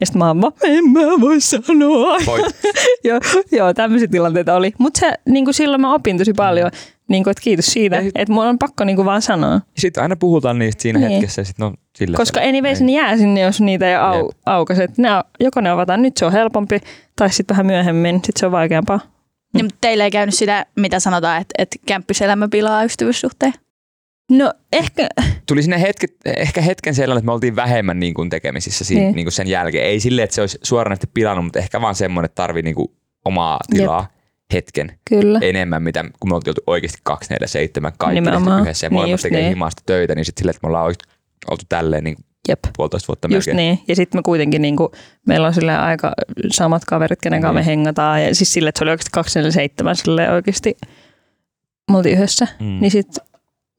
S2: Ja sitten mä oon vaan, en mä voi sanoa.
S4: Voit
S2: joo, joo tämmöisiä tilanteita oli. Mutta niin silloin mä opin tosi paljon. Niin kuin, että kiitos siitä,
S4: Ja sit-
S2: että mun on pakko niin kuin vaan sanoa.
S4: Sitten aina puhutaan niistä siinä
S2: Niin.
S4: niin. hetkessä ja sitten no sillä
S2: Koska
S4: selvä.
S2: anyways
S4: Ei.
S2: ne jää sinne, jos niitä ei au,
S4: Jep.
S2: aukaise. Et Ne, joko ne avataan nyt, se on helpompi, tai sitten vähän myöhemmin, sitten se on vaikeampaa.
S3: Ja, Niin, mutta teillä ei käynyt sitä, mitä sanotaan, että, että kämppiselämä pilaa ystävyyssuhteen.
S2: No ehkä,
S4: Tuli siinä hetke, ehkä hetken sellainen, että me oltiin vähemmän niin kuin tekemisissä siinä,
S2: Niin.
S4: niin. kuin sen jälkeen. Ei silleen, että se olisi suoranaisesti pilannut, mutta ehkä vaan semmoinen, että tarvii niin kuin omaa tilaa hetken
S2: kyllä.
S4: enemmän, mitä, kun me oltiin oltu oikeasti 247 kaikki
S2: Nimenomaan.
S4: tehty yhdessä ja
S2: Niin,
S4: molemmat
S2: just
S4: tekee
S2: niin.
S4: himasta töitä, niin sitten silleen, että me ollaan oikeasti oltu tälleen niin kuin
S2: Jep.
S4: puolitoista vuotta
S2: Just
S4: melkein.
S2: niin. Ja sitten me kuitenkin, niin kuin, meillä on sillä aika samat kaverit, kenen kanssa me
S4: Niin.
S2: hengataan. Ja siis sille, että se oli oikeasti 247 sille oikeasti. Me oltiin yhdessä.
S4: Mm.
S2: Niin sitten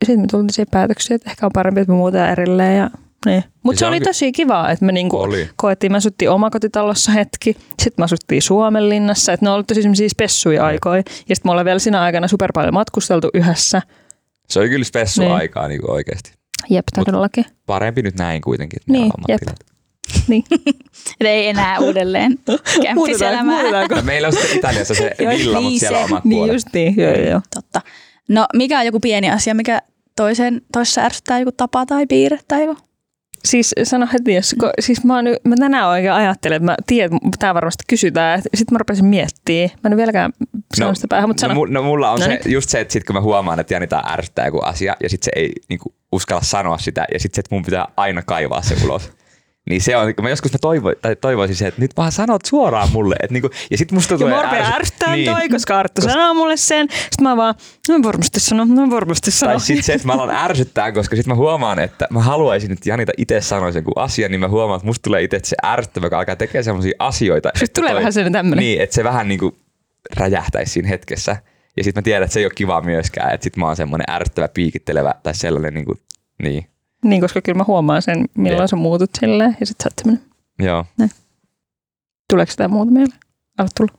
S2: sit me tultiin siihen päätökseen, että ehkä on parempi, että me muutetaan erilleen ja Niin. Mutta
S4: se
S2: se, oli
S4: onkin-
S2: tosi kivaa, että me niinku
S4: Oli.
S2: koettiin, me asuttiin omakotitalossa hetki, sitten me asuttiin Suomenlinnassa, että ne on ollut tosi semmoisia spessuja aikoja. Ja sitten me ollaan vielä siinä aikana super paljon matkusteltu yhdessä.
S4: Se oli kyllä spessu
S2: Niin.
S4: aikaa niin oikeasti.
S2: Jep, todellakin.
S4: Parempi nyt näin kuitenkin. että
S2: Niin,
S4: nämä ammattilaiset.
S2: Niin.
S3: Et ei enää uudelleen kämppiselämää.
S4: Ja Meillä on sitten Italiassa se villa, mutta siellä on omat
S2: Niin
S4: puolet.
S2: just niin, joo, joo, joo.
S3: Totta. No mikä on joku pieni asia, mikä toisen, toisessa ärsyttää joku tapa tai piirre tai joku?
S2: Siis sano heti, jos, kun, siis mä, oon, nyt- mä tänään oikein ajattelen, että mä tiedän, että tämä varmasti kysytään. Sitten mä rupesin miettimään. Mä en ole vieläkään sanonut sitä päähän, mutta
S4: no,
S2: sano.
S4: mu- no, mulla on
S2: No
S4: no se,
S2: nyt.
S4: just se, että sit kun mä huomaan, että Janita ärsyttää joku asia ja sit se ei niinku, uskalla sanoa sitä ja sit se, että mun pitää aina kaivaa se ulos. Niin se on, mä joskus mä toivo, tai toivoisin se, että nyt vaan sanot suoraan mulle. Että niinku, ja sit musta
S2: Ja
S4: tulee
S2: mua rupeaa ärsyttää niin.
S4: niin,
S2: toi, koska Arttu sanoo mulle sen. Sitten mä vaan, no varmasti sano, no varmasti sano.
S4: Tai sit se, että mä alan ärsyttää, koska sit mä huomaan, että mä haluaisin, että Janita itse sanoisi joku asia, niin mä huomaan, että musta tulee itse se ärsyttävä, joka alkaa tekemään sellaisia asioita. Sitten
S2: tulee vähän sellainen tämmönen.
S4: Niin, että se vähän niinku räjähtäisi siinä hetkessä. Ja sit mä tiedän, että se ei ole kiva myöskään, että sit mä oon semmoinen ärsyttävä, piikittelevä tai sellainen niinku, niin,
S2: Niin, koska kyllä mä huomaan sen, milloin
S4: Jep.
S2: sä muutut silleen. Ja sit sä oot tämmönen,
S4: joo.
S2: tuleeko sitä muuta meille? Anna tulla.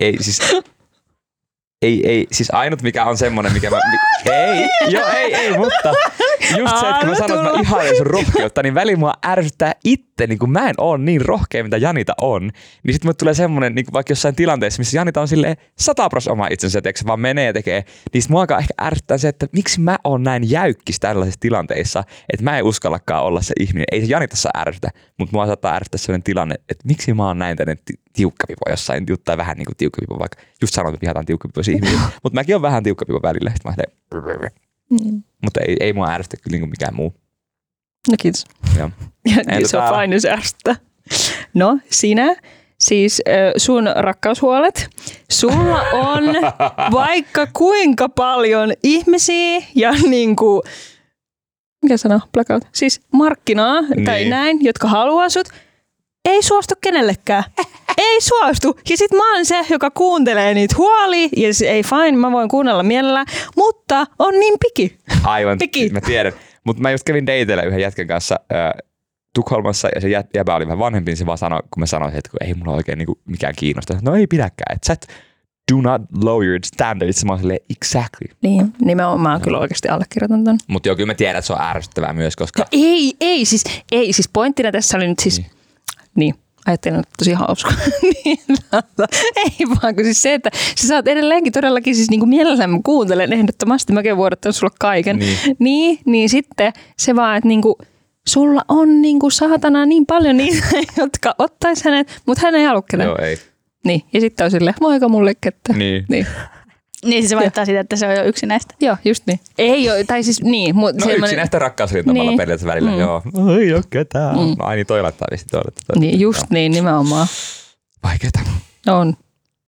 S4: Ei siis, ei, ei, siis ainut mikä on semmoinen, mikä mä... Mi- ei, joo, ei, ei, mutta just se, että kun mä
S2: Anna
S4: sanon, että mä
S2: tulla.
S4: ihailen sun rohkeutta, niin väliin mua ärsyttää itse, niin kun mä en oo niin rohkea, mitä Janita on, niin sitten mulle tulee semmoinen, niin vaikka jossain tilanteessa, missä Janita on silleen 100 pros oma itsensä, että se vaan menee ja tekee, niin sit mua alkaa ehkä ärsyttää se, että miksi mä oon näin jäykkis tällaisissa tilanteissa, että mä en uskallakaan olla se ihminen. Ei se Janitassa ärsytä, mutta mua saattaa ärsyttää sellainen tilanne, että miksi mä oon näin tänne ti- tiukkapipo jossain, jut- tai vähän niin kuin tiukkapipo, vaikka just sanoin, että vihataan tiukkapipoisia ihmisiä, mutta mäkin on vähän tiukkapipo välillä, sit mä silleen, mutta ei, ei mua ärsytä kyllä niinku mikään muu.
S2: No kiitos.
S4: Joo.
S2: Ja
S4: Entä
S2: se on
S4: täällä?
S2: fine, jos ärsyttää. No, sinä, siis ö, sun rakkaushuolet. Sulla on vaikka kuinka paljon ihmisiä ja niinku, mikä sana, blackout, siis markkinaa tai
S4: Niin.
S2: näin, jotka haluaa sut. Ei suostu kenellekään. Ei suostu. Ja sit mä oon se, joka kuuntelee niitä huolia. Ja se, ei fine, mä voin kuunnella mielellä, mutta on niin piki.
S4: Aivan, siis
S2: Piki.
S4: mä tiedän. Mutta mä just kävin dateilla yhden jätkän kanssa äh, Tukholmassa ja se jä- jäbä oli vähän vanhempi, niin se vaan sanoi, kun mä sanoin, että kun ei mulla oikein niinku mikään kiinnosta. No ei pidäkään, että sä et do not lower your standards. Mä oon silleen, exactly.
S2: Niin, nimenomaan kyllä oikeasti allekirjoitan ton.
S4: Mutta joo, kyllä mä tiedän, että se on ärsyttävää myös, koska
S2: No ei, ei siis, ei siis pointtina tässä oli nyt siis, niin, niin ajattelin, että tosi hauska. niin, tota, ei vaan, kun siis se, että sä saat edelleenkin todellakin siis niin kuin mielellään mä kuuntelen ehdottomasti, mäkin vuodattan sulle kaiken.
S4: Niin.
S2: Niin. niin, niin sitten se vaan, että niin kuin, sulla on niin kuin saatana niin paljon niitä, jotka ottais hänet, mutta hän ei halua ketään.
S4: joo ei.
S2: Niin, ja sitten on silleen, voiko mulle kettä.
S4: Niin.
S2: niin.
S3: Niin siis se valittaa siitä, että se on jo yksi näistä.
S2: Joo, just niin. Ei ole, tai siis niin. Mut
S4: No
S2: semmonen-
S4: yksin näistä rakkausrintamalla
S2: Niin.
S4: niin. periaatteessa välillä, mm. joo. No, Ei oo ketään. Mm. No, ai niin, toi laittaa viesti toi laittaa. toi.
S2: Niin, just niin, nimenomaan.
S4: Vaikeeta.
S2: On.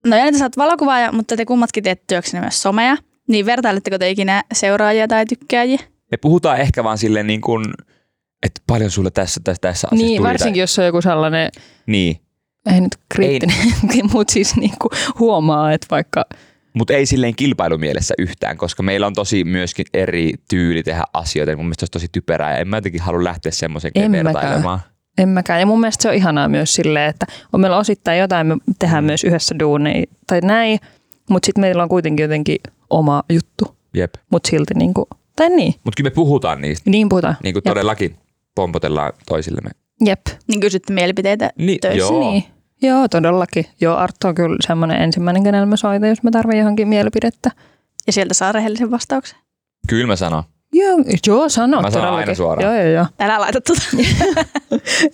S3: No Janita, sä oot valokuvaaja, mutta te kummatkin teette työksenne myös somea. Niin vertailetteko te ikinä seuraajia tai tykkääjiä?
S4: Me puhutaan ehkä vaan silleen niin kuin, että paljon sulle tässä, tässä, tässä asiassa
S2: Niin,
S4: tuli tai-
S2: varsinkin jos on joku sellainen,
S4: Niin.
S2: ei nyt kriittinen, mutta siis niinku huomaa, että vaikka
S4: mutta ei silleen kilpailumielessä yhtään, koska meillä on tosi myöskin eri tyyli tehdä asioita. ja Mun mielestä se olisi tosi typerää ja en mä jotenkin halua lähteä semmoisen
S2: En mäkään.
S4: vertailemaan.
S2: en mäkään. Ja mun mielestä se on ihanaa myös silleen, että on meillä osittain jotain, me
S4: Mm.
S2: tehdään myös yhdessä duuneja tai näin, mutta sitten meillä on kuitenkin jotenkin oma juttu,
S4: Jep.
S2: mutta silti niinku, tai niin,
S4: Mutta kyllä me puhutaan niistä,
S2: niin puhutaan.
S4: niin kuin
S2: Jep.
S4: todellakin pompotellaan toisillemme.
S2: Jep.
S3: Niin kysytte mielipiteitä
S4: Niin,
S3: töissä.
S4: joo.
S2: Niin. Joo, todellakin. Joo, Arttu on kyllä semmoinen ensimmäinen, kenelle mä soitan, jos mä tarvitsen johonkin mielipidettä.
S3: Ja sieltä saa rehellisen vastauksen.
S4: Kyllä mä sanon.
S2: Joo, joo sano
S4: Mä sanon
S2: todellakin.
S4: aina suoraan.
S2: Joo, joo, joo.
S3: Älä laita tuota.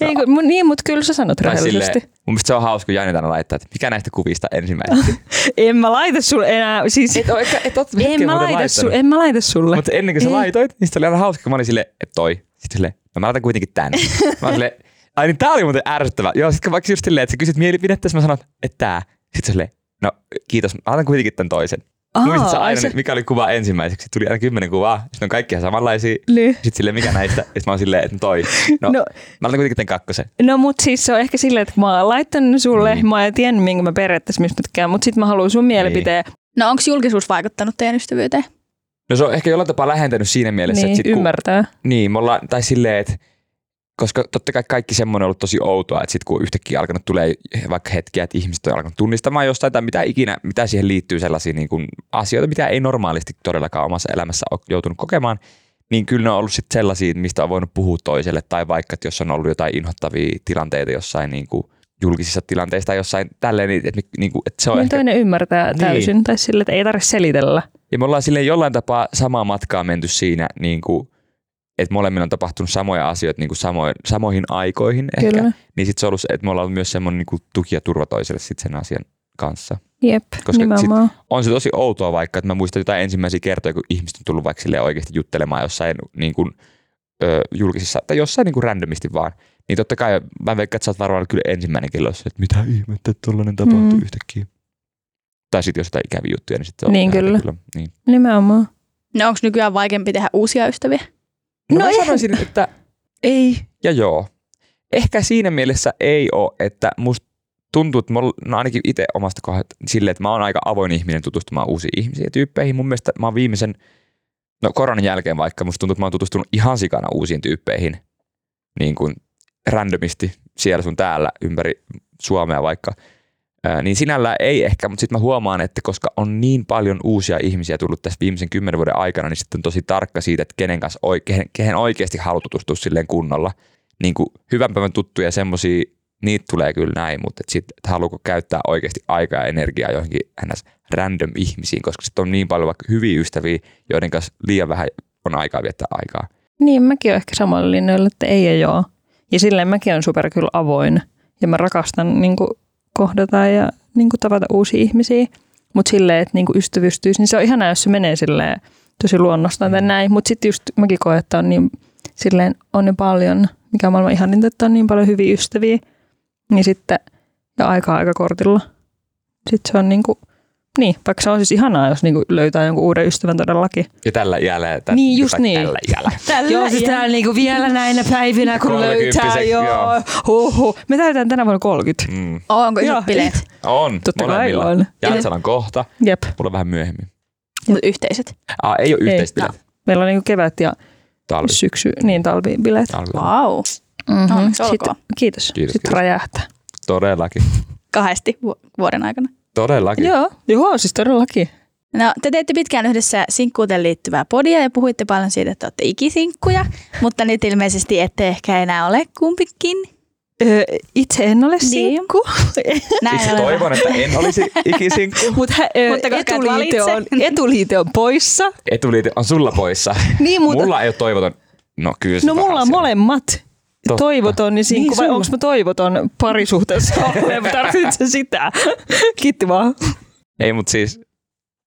S2: Ei, kun, mu- niin, mutta kyllä sä sanot
S4: Tai
S2: rehellisesti.
S4: silleen, mun mielestä se on hauska, kun Jani tänne laittaa, että mikä näistä kuvista ensimmäisenä.
S2: En mä laita sulle enää, siis
S4: et ole, et, et oot
S2: en, mä laita sul, en mä laita sulle.
S4: Mutta ennen kuin sä
S2: Ei.
S4: laitoit, niin sitten oli aina hauska, kun mä olin silleen, että toi. Sitten silleen, no mä laitan kuitenkin tän. Mä olin silleen, ai niin tää oli muuten ärsyttävä. Joo, sitten vaikka just silleen, että sä kysyt mielipidettä, sitten mä sanon, että tää. Sitten sä silleen, no kiitos, mä laitan kuitenkin tän toisen.
S2: Aa,
S4: Muistatko niin sä
S2: ai
S4: aina,
S2: se-
S4: se... mikä oli kuva ensimmäiseksi? Tuli aina kymmenen kuvaa, sitten on kaikki ihan samanlaisia.
S2: Ly.
S4: Sitten silleen, mikä näistä? Sitten mä oon silleen, että toi. No,
S2: Niin. No.
S4: no. mä laitan kuitenkin tän kakkosen.
S2: No mut siis se on ehkä silleen, että mä oon laittanut sulle,
S4: Niin.
S2: niin. mä en tiennyt minkä mä periaatteessa mistä mä tykkään, mut sit mä haluan sun mielipiteen.
S3: No onko julkisuus vaikuttanut teidän ystävyyteen?
S4: No se on ehkä jollain tapaa lähentänyt siinä mielessä,
S2: Niin,
S4: että sit kun,
S2: ymmärtää.
S4: niin, me ollaan, tai silleen, että koska totta kai kaikki semmoinen on ollut tosi outoa, että sitten kun yhtäkkiä alkanut tulee vaikka hetkiä, että ihmiset on alkanut tunnistamaan jostain tai mitä ikinä, mitä siihen liittyy sellaisia niin kuin asioita, mitä ei normaalisti todellakaan omassa elämässä ole joutunut kokemaan, niin kyllä ne on ollut sitten sellaisia, mistä on voinut puhua toiselle tai vaikka, että jos on ollut jotain inhottavia tilanteita jossain niin kuin julkisissa tilanteissa tai jossain tälleen, niin, että, niin kuin, että se on
S2: Niin
S4: ehkä
S2: toinen ymmärtää
S4: Niin.
S2: täysin, tai sille, että ei tarvitse selitellä.
S4: ja me ollaan sille jollain tapaa samaa matkaa menty siinä, niin kuin, että molemmilla on tapahtunut samoja asioita niin kuin samoin, samoihin aikoihin ehkä.
S2: Kyllä.
S4: Niin sitten se on ollut, se, että me ollaan ollut myös semmoinen niin kuin tuki ja turva toiselle sit sen asian kanssa.
S2: Jep,
S4: Koska sit-
S2: nimenomaan.
S4: On se tosi outoa vaikka, että mä muistan jotain ensimmäisiä kertoja, kun ihmiset on tullut vaikka sille oikeasti juttelemaan jossain niin kuin, ö, julkisissa, tai jossain niin kuin randomisti vaan. Niin totta kai, mä veikkaan, että sä oot varmaan kyllä ensimmäinen kellos, että mitä ihmettä, että tollainen tapahtuu
S2: Mm.
S4: mm. yhtäkkiä. Tai sitten jos jotain ikäviä juttuja, niin sitten se on
S2: Niin,
S4: ihan
S2: kyllä.
S4: niin.
S2: Nimenomaan.
S3: No onko nykyään vaikeampi tehdä uusia ystäviä?
S2: No
S4: No, no mä
S2: ei.
S4: sanoisin, että ei ja joo. Ehkä siinä mielessä ei ole, että musta tuntuu, että mä oon- no ainakin itse omasta kohdasta silleen, että mä oon aika avoin ihminen tutustumaan uusiin ihmisiin ja tyyppeihin. Mun mielestä mä oon viimeisen, no koronan jälkeen vaikka, musta tuntuu, että mä oon tutustunut ihan sikana uusiin tyyppeihin, niin kuin randomisti siellä sun täällä ympäri Suomea vaikka. Ää, Niin sinällään ei ehkä, mutta sitten mä huomaan, että koska on niin paljon uusia ihmisiä tullut tässä viimeisen kymmenen vuoden aikana, niin sitten on tosi tarkka siitä, että kenen kanssa oi- kehen, kehen oikeasti haluaa tutustua silleen kunnolla. Niin kuin hyvän päivän tuttuja semmosia, niitä tulee kyllä näin, mutta et sit, että haluuko käyttää oikeasti aikaa ja energiaa johonkin ns. random ihmisiin, koska sitten on niin paljon vaikka hyviä ystäviä, joiden kanssa liian vähän on aikaa viettää aikaa.
S2: Niin, mäkin olen ehkä samalla linjoilla, että ei ja joo. Ja silleen mäkin olen super kyllä avoin. Ja mä rakastan niin kuin, kohdata ja niin kuin, tavata uusia ihmisiä. Mutta silleen, että niin kuin, ystävystyisi, niin se on ihanaa, jos se menee silleen tosi luonnostaan tai näin. Mutta sitten just mäkin koen, että on niin, silleen, on niin paljon, mikä on maailman ihaninta, että on niin paljon hyviä ystäviä. Niin sitten, ja aikaa aika kortilla. Sitten se on niin kuin, niin, vaikka se on siis ihanaa, jos niin kuin, löytää jonkun uuden ystävän todellakin.
S4: Ja tällä iällä. ja tä-
S2: Niin, just
S4: tai
S2: niin.
S4: Tällä iällä.
S3: Tällä
S2: Joo, siis
S3: niin
S2: täällä niinku vielä näinä päivinä, kun löytää,
S4: Kolmekymppiset,
S2: joo.
S4: joo.
S2: Huhhuh. Me täytetään tänä vuonna 30.
S4: Mm.
S3: Oh, Onko
S2: Joo.
S3: isot bileet?
S4: On,
S2: Totta kai
S4: molemmilla.
S2: on.
S4: Jätsällä on kohta,
S2: Jep.
S4: mulla vähän myöhemmin.
S3: Mut yhteiset.
S4: Ah, ei ole
S2: Ei.
S4: yhteispilä.
S2: Meillä on niinku kevät ja
S4: Talvi.
S2: syksy, niin talvibileet.
S4: Talvi.
S3: Vau. No,
S2: Mm-hmm.
S3: onneksi olkoon.
S2: kiitos.
S4: Kiitos,
S2: Sitten
S4: kiitos.
S2: räjähtää.
S4: Todellakin.
S3: Kahdesti vu- vuoden aikana.
S4: Todellakin.
S2: Joo, joo, siis todellakin.
S3: No, te teitte pitkään yhdessä sinkkuuteen liittyvää podia ja puhuitte paljon siitä, että olette ikisinkkuja, mutta nyt ilmeisesti ette ehkä enää ole kumpikin.
S2: Öö, itse en ole
S3: Niin.
S2: sinkku,
S3: Näin
S4: Itse
S3: oleva.
S4: toivon, että en olisi ikisinkku.
S2: mutta hä, öö,
S3: Niin. Mutta koska et
S2: etuliite,
S3: valitse.
S2: on, etuliite on poissa.
S4: Etuliite on sulla poissa.
S2: Niin, mutta,
S4: Mulla ei ole toivoton. No kyllä se
S2: no mulla on
S4: asia.
S2: molemmat.
S4: Totta.
S2: Toivoton, niin sinkku,
S1: Niin,
S2: vai
S1: sulla.
S2: onko mä toivoton parisuhteessa? Tarvitsen sitä. Kiitti vaan.
S4: Ei, mutta siis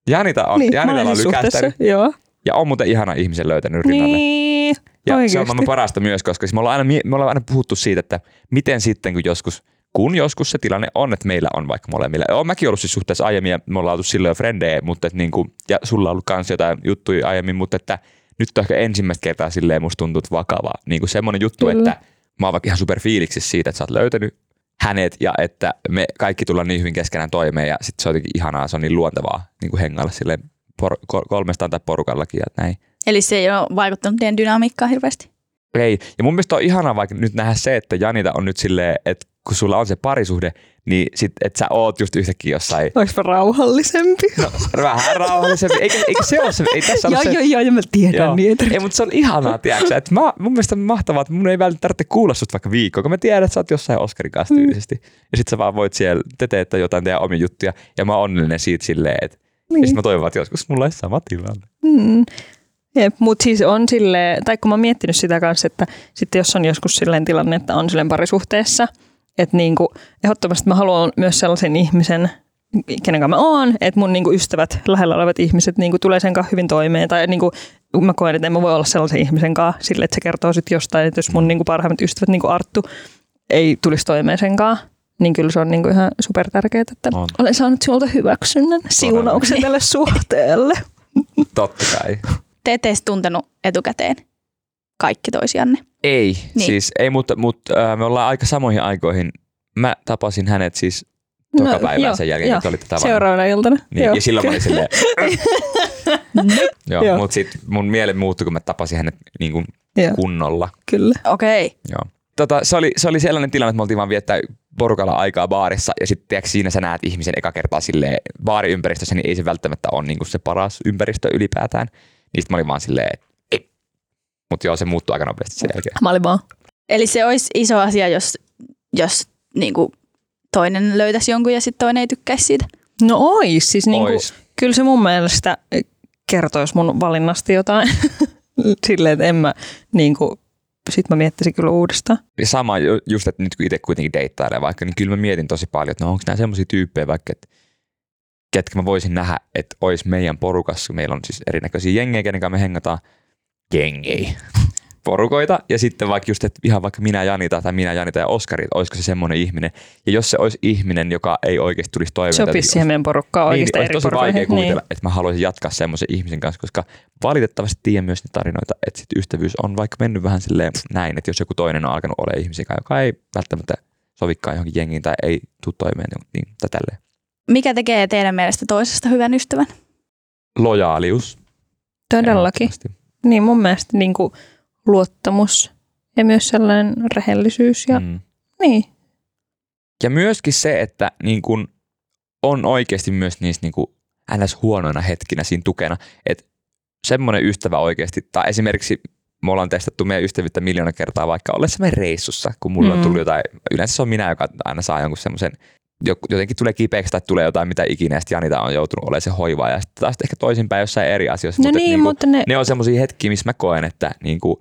S4: Janita on, niin,
S2: niin, mä
S4: Janita
S2: olen
S4: on
S2: siis suhteessa.
S4: lykästänyt
S2: Joo.
S4: ja on muuten ihana ihmisen löytänyt rinnalle.
S2: Niin,
S4: Ja se on
S2: oikeesti.
S4: maailman parasta myös, koska siis me, ollaan aina, mie- me ollaan aina puhuttu siitä, että miten sitten, kun joskus, kun joskus se tilanne on, että meillä on vaikka molemmilla. Olen mäkin ollut siis suhteessa aiemmin ja me ollaan oltu silloin jo frendejä, mutta et niin kuin, ja sulla on ollut kans jotain juttuja aiemmin, mutta että nyt on ehkä ensimmäistä kertaa silleen musta tuntuu että vakavaa. Niin kuin semmoinen juttu,
S2: Kyllä.
S4: Kyllä. että mä oon vaikka ihan superfiiliksissä siitä, että sä oot löytänyt hänet ja että me kaikki tullaan niin hyvin keskenään toimeen ja sitten se on jotenkin ihanaa, se on niin luontevaa niin kuin hengailla silleen por- kol- kolmestaan tai porukallakin ja näin.
S3: Eli se ei ole vaikuttanut teidän dynamiikkaan hirveästi.
S4: Ei. Ja mun mielestä on ihanaa vaikka nyt nähdä se, että Janita on nyt silleen, että kun sulla on se parisuhde, niin sit, että sä oot just yhtäkkiä jossain
S2: Olispa rauhallisempi.
S4: vähän rauhallisempi. Eikä, eikä se ole se, ei tässä ole
S2: joo,
S4: No, se.
S2: joo, niin joo, ja mä tiedän joo. niitä.
S4: Ei, mutta se on ihanaa, tiedätkö? Et mä, mun mielestä on mahtavaa, että mun ei välttämättä tarvitse kuulla sut vaikka viikkoa, kun mä tiedän, että sä oot jossain Oscarin
S2: Mm.
S4: kanssa tyylisesti. Ja sit sä vaan voit siellä, te teette jotain teidän omia juttuja, ja mä oon onnellinen siitä silleen, että niin. Ja sit mä toivon, että joskus mulla olisi sama tilanne.
S2: Mm. Jep, mutta siis on sille, tai kun mä oon miettinyt sitä kanssa, että sitten jos on joskus silleen tilanne, että on silleen parisuhteessa, että niinku, ehdottomasti mä haluan myös sellaisen ihmisen, kenen kanssa mä oon, että mun niinku ystävät, lähellä olevat ihmiset niinku tulee sen kanssa hyvin toimeen, tai niinku, mä koen, että en mä voi olla sellaisen ihmisen kanssa sille, että se kertoo sitten jostain, että jos mun niinku parhaimmat ystävät, niinku Arttu, ei tulisi toimeen sen kanssa, niin kyllä se on niinku ihan supertärkeää, että
S4: On.
S2: olen saanut sinulta hyväksynnän, siunauksen tälle suhteelle.
S4: Totta kai.
S3: Te ette edes tuntenut etukäteen kaikki toisianne.
S4: Ei,
S3: Niin.
S4: niin. siis ei, mutta, mutta äh, me ollaan aika samoihin aikoihin. Mä tapasin hänet siis toka no, päivän sen jälkeen,
S2: joo,
S4: kun te olitte tavannut.
S2: Seuraavana iltana.
S4: Niin, ja silloin mä olin silleen, Joo,
S2: Joo.
S4: Joo. mutta sitten mun mieli muuttui, kun mä tapasin hänet niin kuin
S2: Joo.
S4: kunnolla.
S2: Kyllä.
S1: Okei. Okay.
S4: Joo. Tota, se, oli, se oli sellainen tilanne, että me oltiin vaan viettää porukalla aikaa baarissa ja sitten siinä sä näet ihmisen eka kertaa silleen baariympäristössä, niin ei se välttämättä ole niin kuin se paras ympäristö ylipäätään. Niin sit mä olin vaan silleen, mutta joo, se muuttui aika nopeasti sen jälkeen.
S2: Mä olin vaan.
S3: Eli se olisi iso asia, jos, jos niin kuin toinen löytäisi jonkun ja sitten toinen ei tykkäisi siitä.
S2: No ois. Siis niinku,
S4: Ois.
S2: kyllä se mun mielestä kertoisi mun valinnasta jotain. Silleen, että en mä niinku, sit mä miettisin kyllä uudestaan.
S4: Ja sama ju- just, että nyt kun itse kuitenkin deittailee vaikka, niin kyllä mä mietin tosi paljon, että no onko nämä semmoisia tyyppejä vaikka, että ketkä mä voisin nähdä, että olisi meidän porukassa, kun meillä on siis erinäköisiä jengejä, kenen kanssa me hengataan, jengei porukoita, ja sitten vaikka just, että ihan vaikka minä Janita tai minä Janita ja Oskari, että olisiko se semmoinen ihminen, ja jos se olisi ihminen, joka ei oikeasti tulisi toimeen,
S2: Sopisi siihen meidän porukkaan
S4: niin,
S2: oikeastaan
S4: olisi
S2: eri Niin.
S4: tosi vaikea
S2: porukkaan.
S4: kuvitella, että mä haluaisin jatkaa semmoisen ihmisen kanssa, koska valitettavasti tiedän myös niitä tarinoita, että sit ystävyys on vaikka mennyt vähän silleen näin, että jos joku toinen on alkanut olla ihmisen kanssa, joka ei välttämättä sovikaan johonkin jengiin tai ei tule toimeen, niin tai tälleen.
S3: Mikä tekee teidän mielestä toisesta hyvän ystävän?
S4: Lojaalius.
S2: Niin, todellakin.
S4: ehdottomasti.
S2: Niin mun mielestä niinku, luottamus ja myös sellainen rehellisyys. Ja, mm.
S4: Mm.
S2: Niin,
S4: Ja myöskin se, että niin kun on oikeasti myös niissä niin kun ns. huonoina hetkinä siinä tukena, että semmoinen ystävä oikeasti, tai esimerkiksi me ollaan testattu meidän ystävyyttä miljoona kertaa vaikka ollessa me reissussa, kun mulla mm.
S2: Mm.
S4: on tullut jotain, yleensä se on minä, joka aina saa jonkun semmoisen, joku- jotenkin tulee kipeäksi tai tulee jotain mitä ikinä, ja sitten Janita on joutunut olemaan se hoivaaja, ja sitten taas ehkä toisinpäin jossain eri asioissa.
S2: no
S4: et
S2: niin,
S4: niinku-
S2: mutta ne,
S4: ne on semmoisia hetkiä, missä mä koen, että niin kuin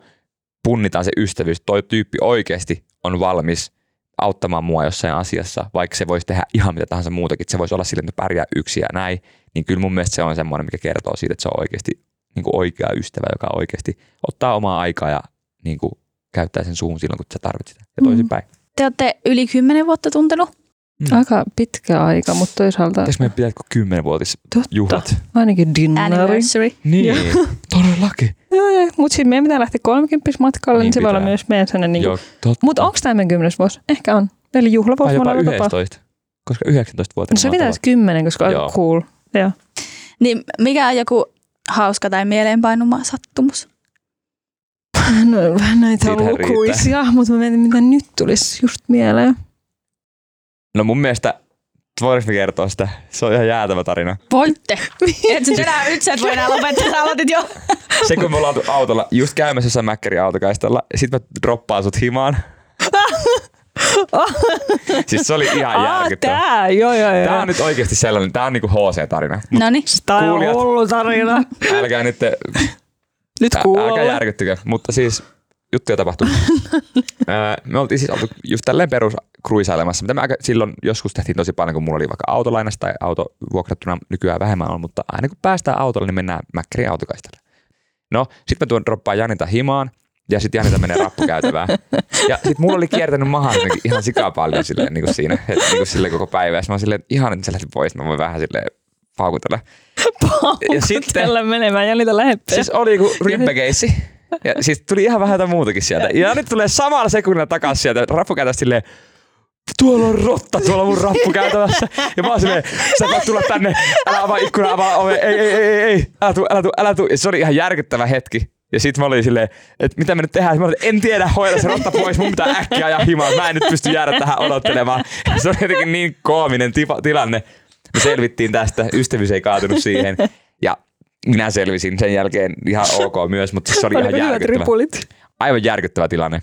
S4: punnitaan se ystävyys. Toi tyyppi oikeasti on valmis auttamaan mua jossain asiassa, vaikka se voisi tehdä ihan mitä tahansa muutakin. Se voisi olla sille, että mä pärjään yksin ja näin. Niin kyllä mun mielestä se on semmoinen, mikä kertoo siitä, että se on oikeasti niin kuin oikea ystävä, joka oikeasti ottaa omaa aikaa ja niin kuin käyttää sen suun silloin, kun sä tarvitset sitä. Ja
S2: Mm.
S4: toisinpäin.
S3: Te olette yli 10 vuotta
S4: No
S3: tuntenut.
S4: Niin.
S2: aika pitkä aika, mutta toisaalta
S4: Pitäis meidän pitää kymmenenvuotis
S2: Totta.
S4: juhlat?
S2: ainakin dinnari.
S3: Anniversary.
S4: Niin, todellakin.
S2: Mutta sitten meidän pitää lähteä 30 matkalle, niin,
S4: Niin
S2: se voi olla
S4: pitää.
S2: myös meidän sellainen. Niin
S4: Joo, totta.
S2: mutta onko tämä meidän kymmenes vuosi? Ehkä on. Eli
S4: Mm. Tai
S2: juhlavuosi me
S4: jopa
S2: ollaan vapaa.
S4: 11, koska 19 vuotta.
S2: No se pitäisi kymmenen, koska on
S4: Joo.
S2: cool.
S3: Niin mikä on joku hauska tai mieleenpainuma sattumus?
S2: No, näitä on
S4: Siitähän
S2: lukuisia, mutta mä mietin, mitä nyt tulisi just mieleen.
S4: No mun mielestä, voidaanko me kertoa sitä? Se on ihan jäätävä tarina.
S3: Voitte. et sä enää, nyt sä et voi enää lopettaa, sä aloitit jo.
S4: Se kun me ollaan oltu autolla, just käymässä jossain Mäkkärin autokaistalla, sit mä droppaan sut himaan. siis se oli ihan järkyttävä.
S2: tää, joo joo joo.
S4: Tää on nyt oikeasti sellainen, tää on niinku HC-tarina. Mut
S3: No niin.
S2: Tää on
S4: kuulijat-
S2: hullu tarina.
S4: Älkää nyt, te-
S2: Nyt
S4: ä- älkää
S2: kuulolla.
S4: järkyttykö, mutta siis juttuja tapahtuu. Öö, me oltiin siis oltu just tälleen perus kruisailemassa, mitä me aika, silloin joskus tehtiin tosi paljon, kun mulla oli vaikka autolainasta tai auto vuokrattuna nykyään vähemmän on, mutta aina kun päästään autolle, niin mennään Mäkkärin autokaistalle. No, sitten mä tuon droppaan Janita himaan, ja sitten Janita menee rappukäytävään. Ja sitten mulla oli kiertänyt mahan jotenkin ihan sikaa paljon silleen, niin kuin siinä, et, niin kuin silleen koko päivä. Ja sit mä oon silleen, että ihan nyt sä lähdet pois, mä voin vähän silleen paukutella. Ja sitten,
S2: Tällä menemään ja niitä lähettää.
S4: Siis oli joku rippekeissi. Ja siis tuli ihan vähän jotain muutakin sieltä. Ja nyt tulee samalla sekunnilla takaisin sieltä rappukäytävästä silleen, tuolla on rotta tuolla mun rappukäytävässä. Ja mä oon silleen, sä et voi tulla tänne, älä avaa ikkuna, avaa ove, ei, ei, ei, ei, ei, älä tuu, älä tuu, älä tuu. Ja se oli ihan järkyttävä hetki. Ja sit mä olin silleen, että mitä me nyt tehdään. Mä olin, en tiedä, hoida se rotta pois, mun pitää äkkiä ajaa himaan. Mä en nyt pysty jäädä tähän odottelemaan. Se oli jotenkin niin koominen tipa, tilanne. Me selvittiin tästä, ystävyys ei kaatunut siihen. Ja minä selvisin sen jälkeen ihan ok myös, mutta se oli ihan järkyttävä.
S2: ripulit?
S4: Aivan järkyttävä tilanne.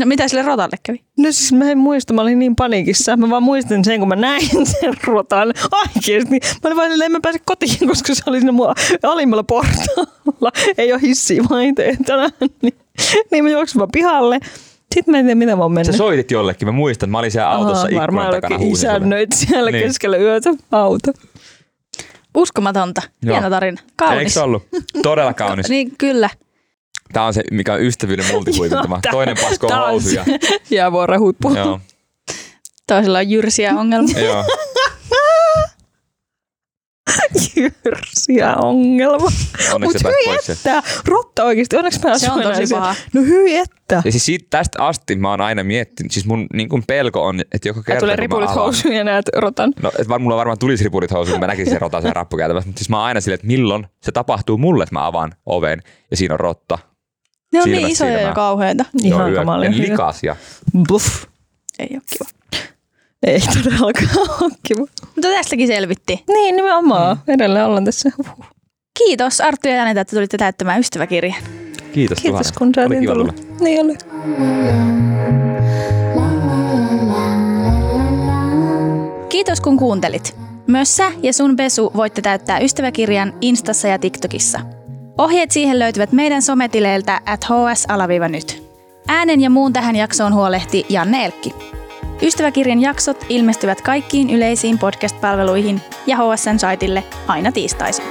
S3: No mitä sille rotalle kävi?
S2: No siis mä en muista, mä olin niin paniikissa. Mä vaan muistin sen, kun mä näin sen rotan oikeesti. Mä olin vaan silleen, en mä pääse kotiin, koska se oli siinä mua alimmalla portaalla. Ei ole hissiä vaihtoehtona. Niin, niin mä juoksin vaan pihalle. Sitten mä en tiedä, mitä mä oon
S4: Sä
S2: mennyt.
S4: soitit jollekin, mä muistan, mä olin siellä autossa
S2: Aha,
S4: ikkunan
S2: varmaan
S4: takana
S2: jokin
S4: huusin sulle.
S2: isännöit siellä
S4: Niin.
S2: keskellä yötä auto.
S3: Uskomatonta.
S4: Joo.
S3: Hieno tarina.
S4: Eikö
S3: Kaunis.
S4: se ollut? Todella kaunis.
S3: Niin kyllä.
S4: Tää on se, mikä on ystävyyden multikuitantama.
S2: Joo, tää-
S4: Toinen paskoo
S2: tää on
S4: housuja.
S2: Jäävuoren huippu.
S4: Joo,
S3: Toisella on jyrsiä ongelmia.
S4: joo.
S2: Jyrsiä ongelma.
S4: Onneksi
S2: Mutta
S4: se
S2: hyi
S4: pois se.
S2: että, rotta oikeasti, onneksi mä
S3: Se on
S2: asun
S3: tosi
S2: enää siellä.
S3: paha.
S2: No hyi että.
S4: Ja siis siitä, tästä asti mä oon aina miettinyt, siis mun niin kuin pelko on, että joka
S2: Ja
S4: kerta
S2: tulee
S4: kun mä
S2: ripulit
S4: avaan-
S2: housuun ja näet rotan.
S4: No, et var, mulla varmaan tulisi ripulit housuun, kun mä näkisin sen rotan sen rappukäytävässä, mutta siis mä oon aina silleen, että milloin se tapahtuu mulle, että mä avaan oven ja siinä on rotta.
S3: Ne on
S4: Silmät
S3: niin isoja
S4: silmään.
S3: ja kauheita.
S4: Se on
S2: Ihan
S4: yö-
S2: kamalin.
S4: likaisia.
S2: Buff.
S3: Ei ole kiva.
S2: Ei todellakaan ole kiva.
S3: Mutta tästäkin selvittiin.
S2: Niin, nimenomaan. Mm. Edelleen ollaan tässä. Huh.
S3: Kiitos Arttu ja Janita, että tulitte täyttämään ystäväkirjan.
S4: Kiitos,
S2: Kiitos,
S4: tuhannen.
S2: kun
S4: Oli
S2: saatiin
S4: kiva
S2: tulla.
S4: tulla.
S2: Niin oli.
S3: Kiitos kun kuuntelit. Myös sä ja sun Besu voitte täyttää ystäväkirjan Instassa ja TikTokissa. Ohjeet siihen löytyvät meidän sometileiltä at hs-nyt. Äänen ja muun tähän jaksoon huolehti Janne Elkki. Ystäväkirjan jaksot ilmestyvät kaikkiin yleisiin podcast-palveluihin ja HSN-saitille aina tiistaisin.